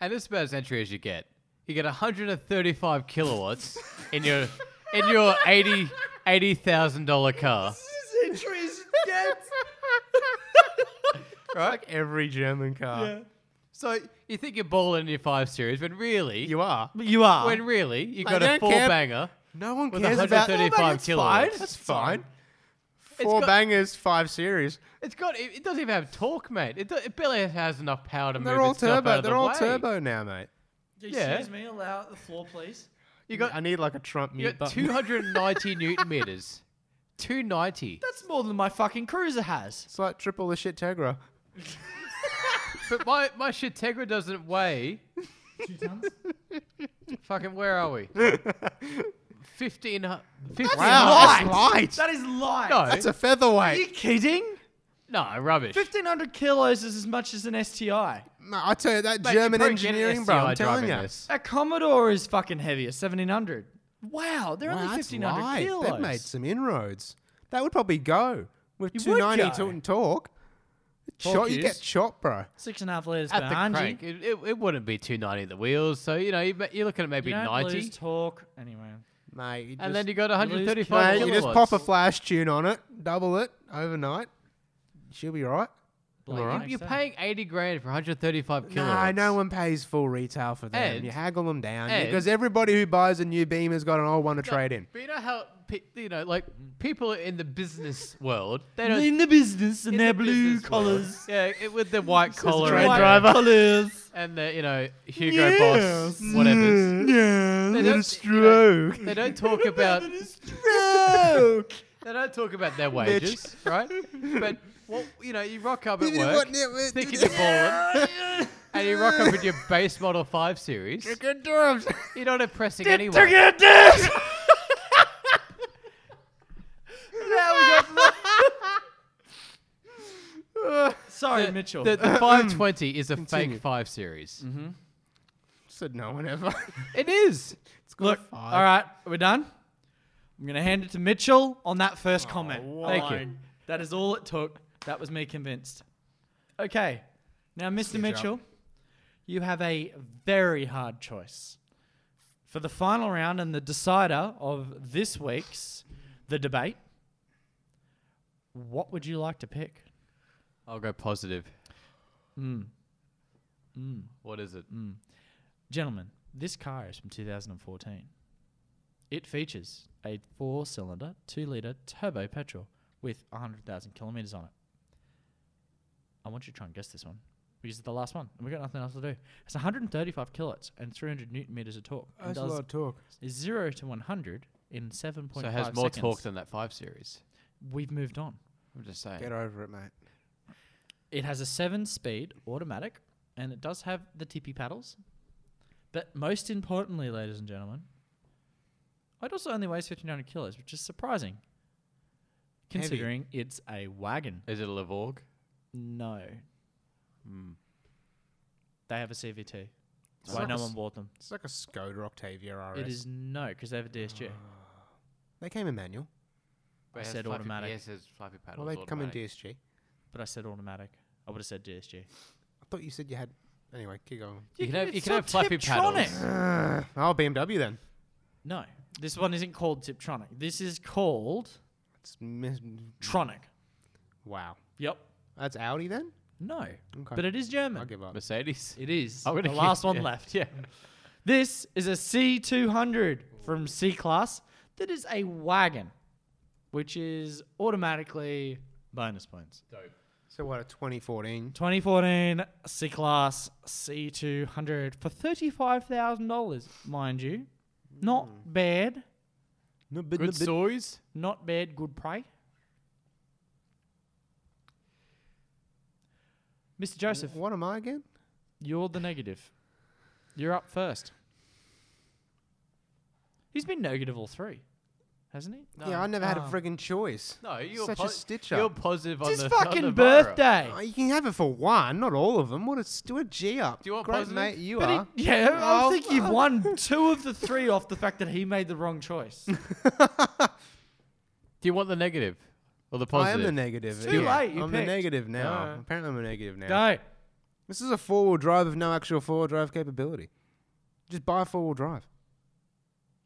Speaker 6: and it's about as entry as you get. You get 135 kilowatts in your in your 80 $80,000 car.
Speaker 3: Like every German car.
Speaker 6: So, you think you're balling in your 5 Series, when really,
Speaker 3: You are.
Speaker 2: You are.
Speaker 6: when really, you
Speaker 3: I
Speaker 6: got a
Speaker 3: don't
Speaker 6: 4
Speaker 3: care.
Speaker 6: banger
Speaker 3: No one
Speaker 6: with
Speaker 3: cares about
Speaker 6: 135 kilowatts.
Speaker 3: That's fine.
Speaker 6: It's
Speaker 3: Four
Speaker 6: got-
Speaker 3: bangers, five series.
Speaker 6: It's got. It, it doesn't even have torque, mate. It, do, it barely has enough power to
Speaker 3: They're
Speaker 6: move
Speaker 3: all
Speaker 6: itself out
Speaker 3: turbo.
Speaker 6: of the
Speaker 3: They're all
Speaker 6: way.
Speaker 3: turbo now, mate.
Speaker 6: Yeah.
Speaker 2: Excuse me, allow the floor, please.
Speaker 6: You got
Speaker 3: I need like a Trump
Speaker 6: you
Speaker 3: mute
Speaker 6: got
Speaker 2: <laughs>
Speaker 3: button.
Speaker 6: 290 newton meters. 290.
Speaker 2: That's more than my fucking cruiser has.
Speaker 3: <laughs> It's like triple the
Speaker 6: <laughs>
Speaker 3: shit Tegra.
Speaker 6: But my my shit Tegra doesn't weigh.
Speaker 5: Two tons?
Speaker 6: Fucking where are
Speaker 3: <laughs>
Speaker 6: we? Fifteen. hu- 15
Speaker 3: Wow, that's light.
Speaker 2: That is light.
Speaker 6: No,
Speaker 3: That's a
Speaker 2: Are you
Speaker 3: featherweight.
Speaker 2: kidding?
Speaker 6: no rubbish.
Speaker 2: 1500 kilos is as much as an STI.
Speaker 3: No, I tell you that
Speaker 6: Mate, you
Speaker 3: German
Speaker 6: probably get an
Speaker 3: engineering, bro.
Speaker 6: STI
Speaker 3: I'm telling
Speaker 6: driving
Speaker 3: you.
Speaker 6: this.
Speaker 2: A Commodore is fucking heavier, 1700. Wow, they're
Speaker 3: Wow,
Speaker 2: only
Speaker 3: that's
Speaker 2: 1500
Speaker 3: light.
Speaker 2: kilos.
Speaker 3: They've made some inroads. That would probably go with
Speaker 2: You would
Speaker 3: 290
Speaker 2: go.
Speaker 3: tilt and torque.
Speaker 2: Torque
Speaker 3: Chop, you
Speaker 2: is-
Speaker 3: get chopped, bro.
Speaker 2: Six and a half liters
Speaker 6: At the
Speaker 2: behind you.
Speaker 6: crank, it, it, it wouldn't be 290 at the wheels. So you know you, you're looking at maybe
Speaker 2: You don't
Speaker 6: 90,
Speaker 2: lose torque anyway.
Speaker 3: Mate, you just,
Speaker 6: and then you got
Speaker 2: lose
Speaker 6: 135
Speaker 3: mate, you just
Speaker 6: kilowatts.
Speaker 3: pop a flash tune on it, double it overnight. She'll be right.
Speaker 2: Like,
Speaker 6: You-
Speaker 2: next
Speaker 6: You're
Speaker 2: day.
Speaker 6: paying 80 grand for 135
Speaker 3: Nah,
Speaker 6: kilowatts.
Speaker 3: no one pays full retail for them.
Speaker 6: And-
Speaker 3: you haggle them down
Speaker 6: and-
Speaker 3: because everybody who buys a new beam has got an old one to trade in.
Speaker 6: But you know how, pe- you know, like people in the business <laughs> world, they don't.
Speaker 2: in the business
Speaker 6: in
Speaker 2: and
Speaker 6: the
Speaker 2: their blue
Speaker 6: business world-
Speaker 2: collars.
Speaker 6: <laughs> Yeah, it, with the white collar
Speaker 3: train
Speaker 6: and,
Speaker 3: driver.
Speaker 2: Collars.
Speaker 6: and the, you know, Hugo Boss, whatever.
Speaker 3: <laughs> Mm, Yeah,
Speaker 6: They
Speaker 3: what
Speaker 6: don't-
Speaker 3: a stroke.
Speaker 6: They don't talk about.
Speaker 3: stroke.
Speaker 6: They don't talk about their wages, right? But well, you know, you rock up at
Speaker 3: Didn't
Speaker 6: work,
Speaker 3: want it, but-
Speaker 6: thinking you're balling, and you rock up with your base model five series.
Speaker 3: Good <laughs> drums.
Speaker 6: You're not impressing anyone.
Speaker 2: Sorry, Mitchell.
Speaker 6: <laughs> The,
Speaker 3: <clears throat>
Speaker 6: the 520 is a
Speaker 3: Continue.
Speaker 6: fake five series.
Speaker 3: Said no one <laughs> ever.
Speaker 6: It is.
Speaker 2: Look,
Speaker 3: five.
Speaker 2: all right, we're done. I'm going to hand it to Mitchell on that first comment.
Speaker 6: Thank you.
Speaker 2: alone. That is all it took. That was me convinced. Okay. Now, Mr. Mitchell, you have a very hard choice. For the final round and the decider of this week's the debate, what would you like to pick?
Speaker 6: I'll go positive.
Speaker 2: Hmm.
Speaker 6: What is it?
Speaker 2: Gentlemen, this car is from 2014. It features a four cylinder, two litre turbo petrol with 100,000 kilometres on it. I want you to try and guess this one because it's the last one and we've got nothing else to do. It's 135 kilowatts and 300 newton metres of torque. and does
Speaker 3: talk.
Speaker 2: 0 to 100 in 7.5
Speaker 6: So it has more
Speaker 2: seconds.
Speaker 6: torque than that five series.
Speaker 2: We've moved on.
Speaker 6: I'm just saying.
Speaker 3: Get over it, mate.
Speaker 2: It has a seven speed automatic and it does have the tippy paddles. But most importantly, ladies and gentlemen, it also only weighs 1,500 kilos, which is surprising.
Speaker 3: Heavy.
Speaker 2: Considering it's a wagon.
Speaker 6: Is it a Lavorg?
Speaker 2: No. They have a CVT.
Speaker 3: It's
Speaker 2: Why
Speaker 3: like a
Speaker 2: no
Speaker 3: s-
Speaker 2: one bought them?
Speaker 3: It's like a Skoda Octavia RS.
Speaker 2: It is no, because they have a DSG.
Speaker 3: They came in manual.
Speaker 2: I
Speaker 6: But it has
Speaker 2: said
Speaker 6: flappy-
Speaker 2: automatic.
Speaker 6: Yes, it has flappy paddles.
Speaker 3: Well, they come in
Speaker 6: automatic.
Speaker 3: DSG. I
Speaker 2: But I said automatic. I would have said DSG.
Speaker 3: thought you said you had. Anyway, keep going.
Speaker 6: You can have, you
Speaker 2: It's
Speaker 6: can
Speaker 2: not
Speaker 6: have flappy
Speaker 2: Tiptronic.
Speaker 6: paddles.
Speaker 3: Oh, BMW then.
Speaker 2: No, this one isn't called Tiptronic. This is called
Speaker 3: It's mis-
Speaker 2: Tronic.
Speaker 3: wow.
Speaker 2: Yep.
Speaker 3: That's Audi then.
Speaker 2: No.
Speaker 3: Okay.
Speaker 2: But it is German.
Speaker 3: I'll give up.
Speaker 6: Mercedes.
Speaker 2: It is.
Speaker 6: I'm
Speaker 2: the
Speaker 6: gonna keep-
Speaker 2: last one
Speaker 6: yeah,
Speaker 2: left.
Speaker 6: Yeah.
Speaker 2: <laughs> This is a C200 from C Class that is a wagon, which is automatically bonus points.
Speaker 3: So what? A 2014.
Speaker 2: 2014 C Class Hmm. C200 for $35,000, mind you. Not bad
Speaker 7: No bit,
Speaker 4: Good stories.
Speaker 2: Not bad, good prey. Mr. Joseph,
Speaker 3: What am I again?
Speaker 2: you're the negative. You're up first. He's been negative all three, hasn't he?
Speaker 3: Yeah, I never had a friggin' choice.
Speaker 6: No, you're
Speaker 3: Such a
Speaker 6: po-
Speaker 3: stitch
Speaker 6: You're
Speaker 3: up.
Speaker 6: positive on
Speaker 2: It's
Speaker 6: the
Speaker 2: his
Speaker 6: on
Speaker 2: fucking
Speaker 6: the Vira.
Speaker 2: birthday.
Speaker 3: Oh, you can have it for one, not all of them. What a stupid G up.
Speaker 6: Do you want
Speaker 3: Great
Speaker 6: positive?
Speaker 3: mate, you
Speaker 2: But
Speaker 3: are.
Speaker 2: he- yeah,
Speaker 3: Oh,
Speaker 2: I think you've
Speaker 3: <laughs>
Speaker 2: won two of the three off the fact that he made the wrong choice.
Speaker 6: Do you want the negative or the
Speaker 3: I
Speaker 6: positive?
Speaker 3: am the negative.
Speaker 2: too late, you
Speaker 3: I'm the
Speaker 2: picked.
Speaker 3: negative now.
Speaker 2: Yeah.
Speaker 3: Apparently, I'm a negative now.
Speaker 2: Go.
Speaker 3: This is a four-wheel drive with no actual four-wheel drive capability. Just buy a four-wheel drive.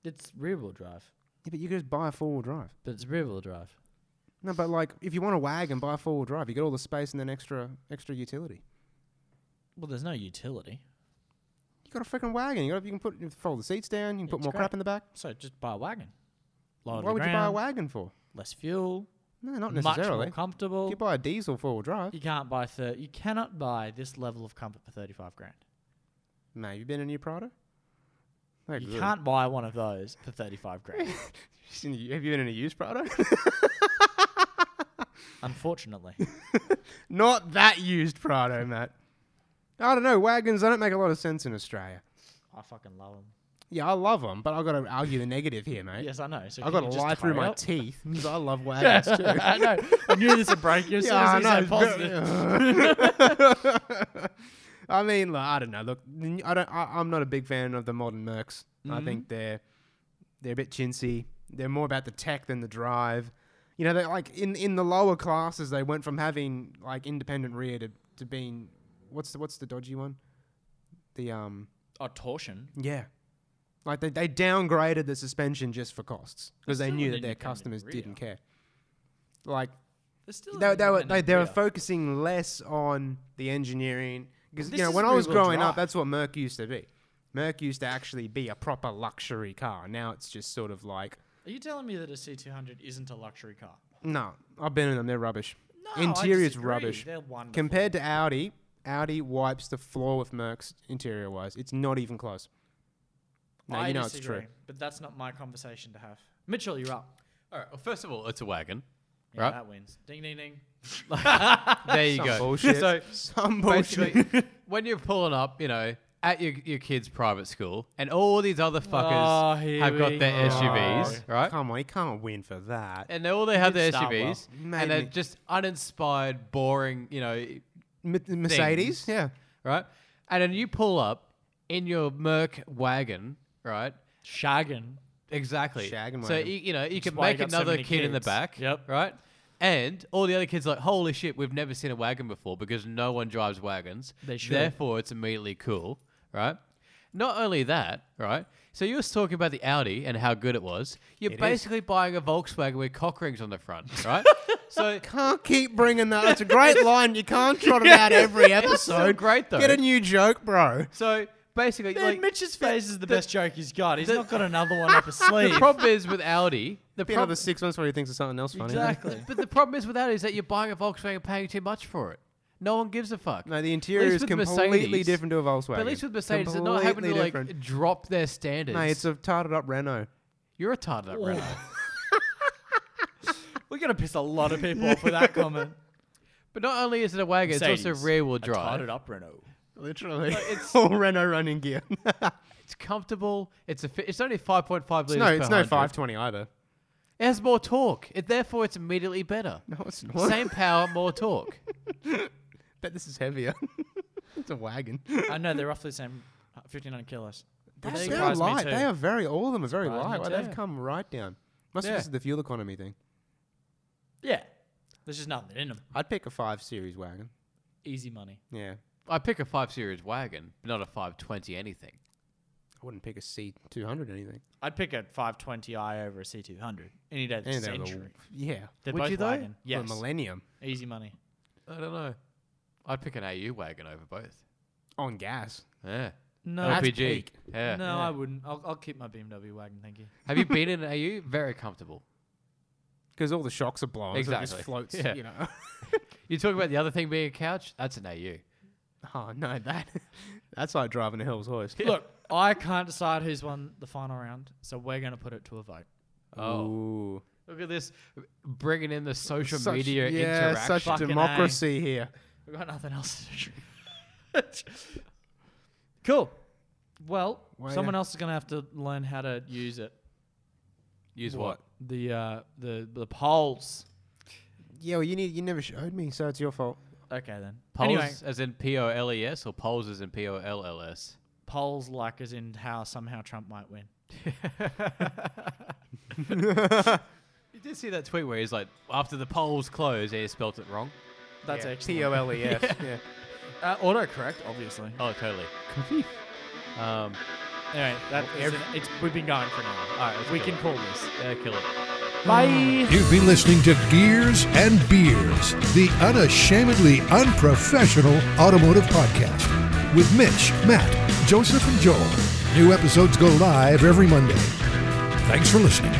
Speaker 2: It's rear wheel drive,
Speaker 3: Yeah, but you could just buy a four-wheel drive.
Speaker 2: but it's rear wheel drive.
Speaker 3: No, but like if you want a wagon, buy a four-wheel drive. You get all the space and then extra extra utility.
Speaker 2: Well, there's no utility,
Speaker 3: You got a freaking wagon. You got you can put you fold the seats down. You can put
Speaker 2: It's
Speaker 3: more crap
Speaker 2: great.
Speaker 3: in the back.
Speaker 2: so just buy a wagon. Lower to
Speaker 3: Why
Speaker 2: the
Speaker 3: would you buy a
Speaker 2: ground,
Speaker 3: wagon for?
Speaker 2: Less fuel,
Speaker 3: No, not
Speaker 2: much more
Speaker 3: necessarily.
Speaker 2: comfortable.
Speaker 3: If you buy a diesel four-wheel drive,
Speaker 2: You can't buy thir- You cannot buy this level of comfort for thirty-five grand.
Speaker 3: mate, have you been in a new Prado? No
Speaker 2: You
Speaker 3: good.
Speaker 2: can't buy one of those for thirty-five <laughs> grand.
Speaker 3: Have <laughs> you been in a used Prado? <laughs>
Speaker 2: unfortunately,
Speaker 3: Not that used Prado, Matt. I don't know. Wagons, they don't make a lot of sense in Australia.
Speaker 2: <laughs> I fucking love them.
Speaker 3: Yeah, I love them, but I've got to argue the negative here, mate.
Speaker 2: Yes, I know. So can
Speaker 3: I've got to
Speaker 2: you just
Speaker 3: lie through
Speaker 2: hurry
Speaker 3: my
Speaker 2: up?
Speaker 3: teeth because
Speaker 2: <laughs>
Speaker 3: I love wagons too.
Speaker 2: I know. I knew this would break
Speaker 3: <laughs>
Speaker 2: you.
Speaker 3: Yeah, I
Speaker 2: Yeah,
Speaker 3: know,
Speaker 2: I
Speaker 3: it's
Speaker 2: Positive.
Speaker 3: <laughs> I mean, like, I don't know. Look, n- I don't. I, I'm not a big fan of the modern Mercs. I
Speaker 2: Mm-hmm.
Speaker 3: think they're they're a bit chintzy. They're more about the tech than the drive. You know, they're like in in the lower classes, they went from having like independent rear to, to being what's the what's the dodgy one? The um
Speaker 2: Oh, torsion.
Speaker 3: yeah, like they they downgraded the suspension just for costs because
Speaker 2: That's still
Speaker 3: they knew
Speaker 2: an
Speaker 3: that their
Speaker 2: independent
Speaker 3: customers
Speaker 2: rear.
Speaker 3: didn't care. Like
Speaker 2: There's still
Speaker 3: they,
Speaker 2: an
Speaker 3: they were they,
Speaker 2: independent
Speaker 3: they were
Speaker 2: rear.
Speaker 3: focusing less on the engineering because you
Speaker 2: This
Speaker 3: know
Speaker 2: is
Speaker 3: when I was
Speaker 2: rear-wheel
Speaker 3: growing up,
Speaker 2: drive.
Speaker 3: that's what Merc used to be. Merc used to actually be a proper luxury car. Now it's just sort of like,
Speaker 2: Are you telling me that a C200 isn't a luxury car?
Speaker 3: no, I've been in them. They're rubbish.
Speaker 2: No, I
Speaker 3: Interior's
Speaker 2: disagree.
Speaker 3: rubbish.
Speaker 2: They're wonderful.
Speaker 3: Compared to Audi, Audi wipes the floor with Mercs interior wise. It's not even close. No,
Speaker 2: I
Speaker 3: you know
Speaker 2: disagree,
Speaker 3: it's true.
Speaker 2: But that's not my conversation to have. Mitchell, you're up.
Speaker 6: All right. Well, first of all, it's a wagon.
Speaker 2: Yeah,
Speaker 6: Right.
Speaker 2: That wins. Ding, ding, ding.
Speaker 6: There you
Speaker 3: Some <laughs>
Speaker 6: go.
Speaker 3: bullshit.
Speaker 6: <laughs> So
Speaker 3: Some bullshit.
Speaker 6: basically, <laughs> when you're pulling up, you know, at your, your kid's private school, and all these other
Speaker 2: Oh,
Speaker 6: fuckers
Speaker 2: here
Speaker 6: have got
Speaker 2: we
Speaker 6: their
Speaker 2: go.
Speaker 6: SUVs, right?
Speaker 3: Come on, you can't win for that.
Speaker 6: And all they have
Speaker 2: did
Speaker 6: their
Speaker 2: start well.
Speaker 6: SUVs,
Speaker 3: Made
Speaker 6: and they're
Speaker 3: me-
Speaker 6: just uninspired, boring, you know,
Speaker 3: M- Mercedes,
Speaker 6: things.
Speaker 3: yeah.
Speaker 6: right? And then you pull up in your Merc wagon, right?
Speaker 2: Shaggin.
Speaker 6: Exactly.
Speaker 3: Shag
Speaker 6: so
Speaker 3: wagon.
Speaker 6: you, you know you can
Speaker 2: why you
Speaker 6: make
Speaker 2: got so
Speaker 6: another
Speaker 2: many
Speaker 6: kid in the
Speaker 2: kids.
Speaker 6: back.
Speaker 2: Yep.
Speaker 6: Right. And all the other kids are like, holy shit, we've never seen a wagon before because no one drives wagons.
Speaker 2: They should.
Speaker 6: Therefore, it's immediately cool. Right. Not only that, right. So you were talking about the Audi and how good it was. You're basically buying a Volkswagen with cock rings on the front, right? so
Speaker 3: Can't keep bringing that. It's a <laughs> great line. You can't trot it
Speaker 6: <laughs>
Speaker 3: out every episode.
Speaker 6: great, though.
Speaker 3: Get a new joke, bro.
Speaker 6: so basically,
Speaker 2: Man,
Speaker 6: like,
Speaker 2: Mitch's phase is the, best joke he's got. He's not got another <laughs> one up his
Speaker 6: the
Speaker 2: sleeve.
Speaker 6: problem is with Audi, the
Speaker 3: Be
Speaker 6: prob-
Speaker 3: another six months where he thinks of something else funny.
Speaker 2: exactly.
Speaker 6: But the problem is with that is that you're buying a Volkswagen and paying too much for it. No one gives a fuck.
Speaker 3: No, the
Speaker 6: At
Speaker 3: interior
Speaker 6: least
Speaker 3: is
Speaker 6: with
Speaker 3: completely
Speaker 6: Mercedes-
Speaker 3: different to a Volkswagen.
Speaker 6: But at least with Mercedes, they're not having to
Speaker 3: Completely
Speaker 6: like
Speaker 3: different.
Speaker 6: drop their standards.
Speaker 3: No, it's a tarted up Renault.
Speaker 6: You're a tartar Renault.
Speaker 2: We're going to piss a lot of people off with <laughs>
Speaker 3: <laughs>
Speaker 2: that comment.
Speaker 6: But not only is it a wagon, it's also
Speaker 2: Mercedes,
Speaker 6: rear wheel
Speaker 2: a
Speaker 6: drive.
Speaker 2: Tarted up Renault.
Speaker 3: Literally, <laughs> it's all Renault running gear.
Speaker 6: It's comfortable. It's a. Fi- it's only 5.5 liters.
Speaker 3: no,
Speaker 6: per
Speaker 3: it's no
Speaker 6: 100.
Speaker 3: five twenty either.
Speaker 6: It has more torque. It, therefore, it's immediately better.
Speaker 3: <laughs> No, it's not.
Speaker 6: Same power, more torque. <laughs>
Speaker 3: Bet this is heavier. <laughs> it's a wagon.
Speaker 2: <laughs> I know they're roughly the same, uh, 1,500 kilos. Which
Speaker 3: They are
Speaker 2: surprised me
Speaker 3: light.
Speaker 2: too.
Speaker 3: They are very. All of them are very
Speaker 2: Surprised me
Speaker 3: light. Well,
Speaker 2: too.
Speaker 3: they've come right down. Must
Speaker 6: Yeah.
Speaker 3: have just the fuel economy thing.
Speaker 2: Yeah. There's just nothing in them.
Speaker 3: I'd pick a five series wagon.
Speaker 2: Easy money.
Speaker 3: Yeah,
Speaker 6: I pick a five series wagon, but not a 520 anything.
Speaker 3: I wouldn't pick a C two hundred anything.
Speaker 2: I'd pick a 520i over a C200 any day of the
Speaker 3: Any day of the
Speaker 2: century.
Speaker 3: w- yeah.
Speaker 2: They're
Speaker 6: Would
Speaker 2: both
Speaker 6: you though?
Speaker 2: wagon.
Speaker 3: Yes.
Speaker 2: Yes.
Speaker 3: millennium
Speaker 2: Easy money.
Speaker 6: I don't know. I'd pick an AU wagon over both.
Speaker 3: on gas.
Speaker 6: Yeah.
Speaker 2: No,
Speaker 3: That's
Speaker 6: LPG.
Speaker 3: peak.
Speaker 6: Yeah.
Speaker 2: no, I wouldn't. I'll, I'll keep my BMW wagon. Thank you.
Speaker 6: Have you been in an AU? Very comfortable.
Speaker 3: Because all the shocks are blown. So it
Speaker 6: Exactly.
Speaker 3: just floats,
Speaker 6: Yeah.
Speaker 3: you know. <laughs>
Speaker 6: You talk about the other thing being a couch. That's an AU.
Speaker 3: oh, no, that <laughs> that's like driving a Hell's Horse.
Speaker 2: Look, I can't decide who's won the final round, so we're going to put it to a vote.
Speaker 6: Oh,
Speaker 3: <laughs> Ooh.
Speaker 6: look at this, bringing in the social
Speaker 3: Such,
Speaker 6: media
Speaker 3: yeah,
Speaker 6: interaction.
Speaker 3: such
Speaker 2: Fucking A.
Speaker 3: democracy here.
Speaker 2: We've got nothing else to do. <laughs> cool. Well,
Speaker 3: Way
Speaker 2: someone
Speaker 3: to-
Speaker 2: else is going to have to learn how to use it.
Speaker 6: Use what?
Speaker 2: The uh, the the polls.
Speaker 3: Yeah, well, you need you never showed me, so it's your fault.
Speaker 2: Okay then.
Speaker 6: Polls
Speaker 2: Anyway,
Speaker 6: as in P O L E S or polls as in P O L L S?
Speaker 2: polls like as in how somehow Trump might win.
Speaker 6: You did see that tweet where he's like, after the polls close, he spelt it wrong.
Speaker 2: That's
Speaker 3: yeah.
Speaker 2: excellent.
Speaker 3: P O L
Speaker 2: <laughs>
Speaker 3: E S. Yeah.
Speaker 2: Uh, autocorrect, obviously.
Speaker 6: Oh, totally. um,
Speaker 2: Anyway, that is an- it's we've been going for an hour. All right, we
Speaker 6: do
Speaker 2: can
Speaker 6: it.
Speaker 2: call this.
Speaker 6: yeah, kill it.
Speaker 2: Bye.
Speaker 1: You've been listening to Gears and Beers, the unashamedly unprofessional automotive podcast with Mitch, Matt, Joseph, and Joel. New episodes go live every Monday. Thanks for listening.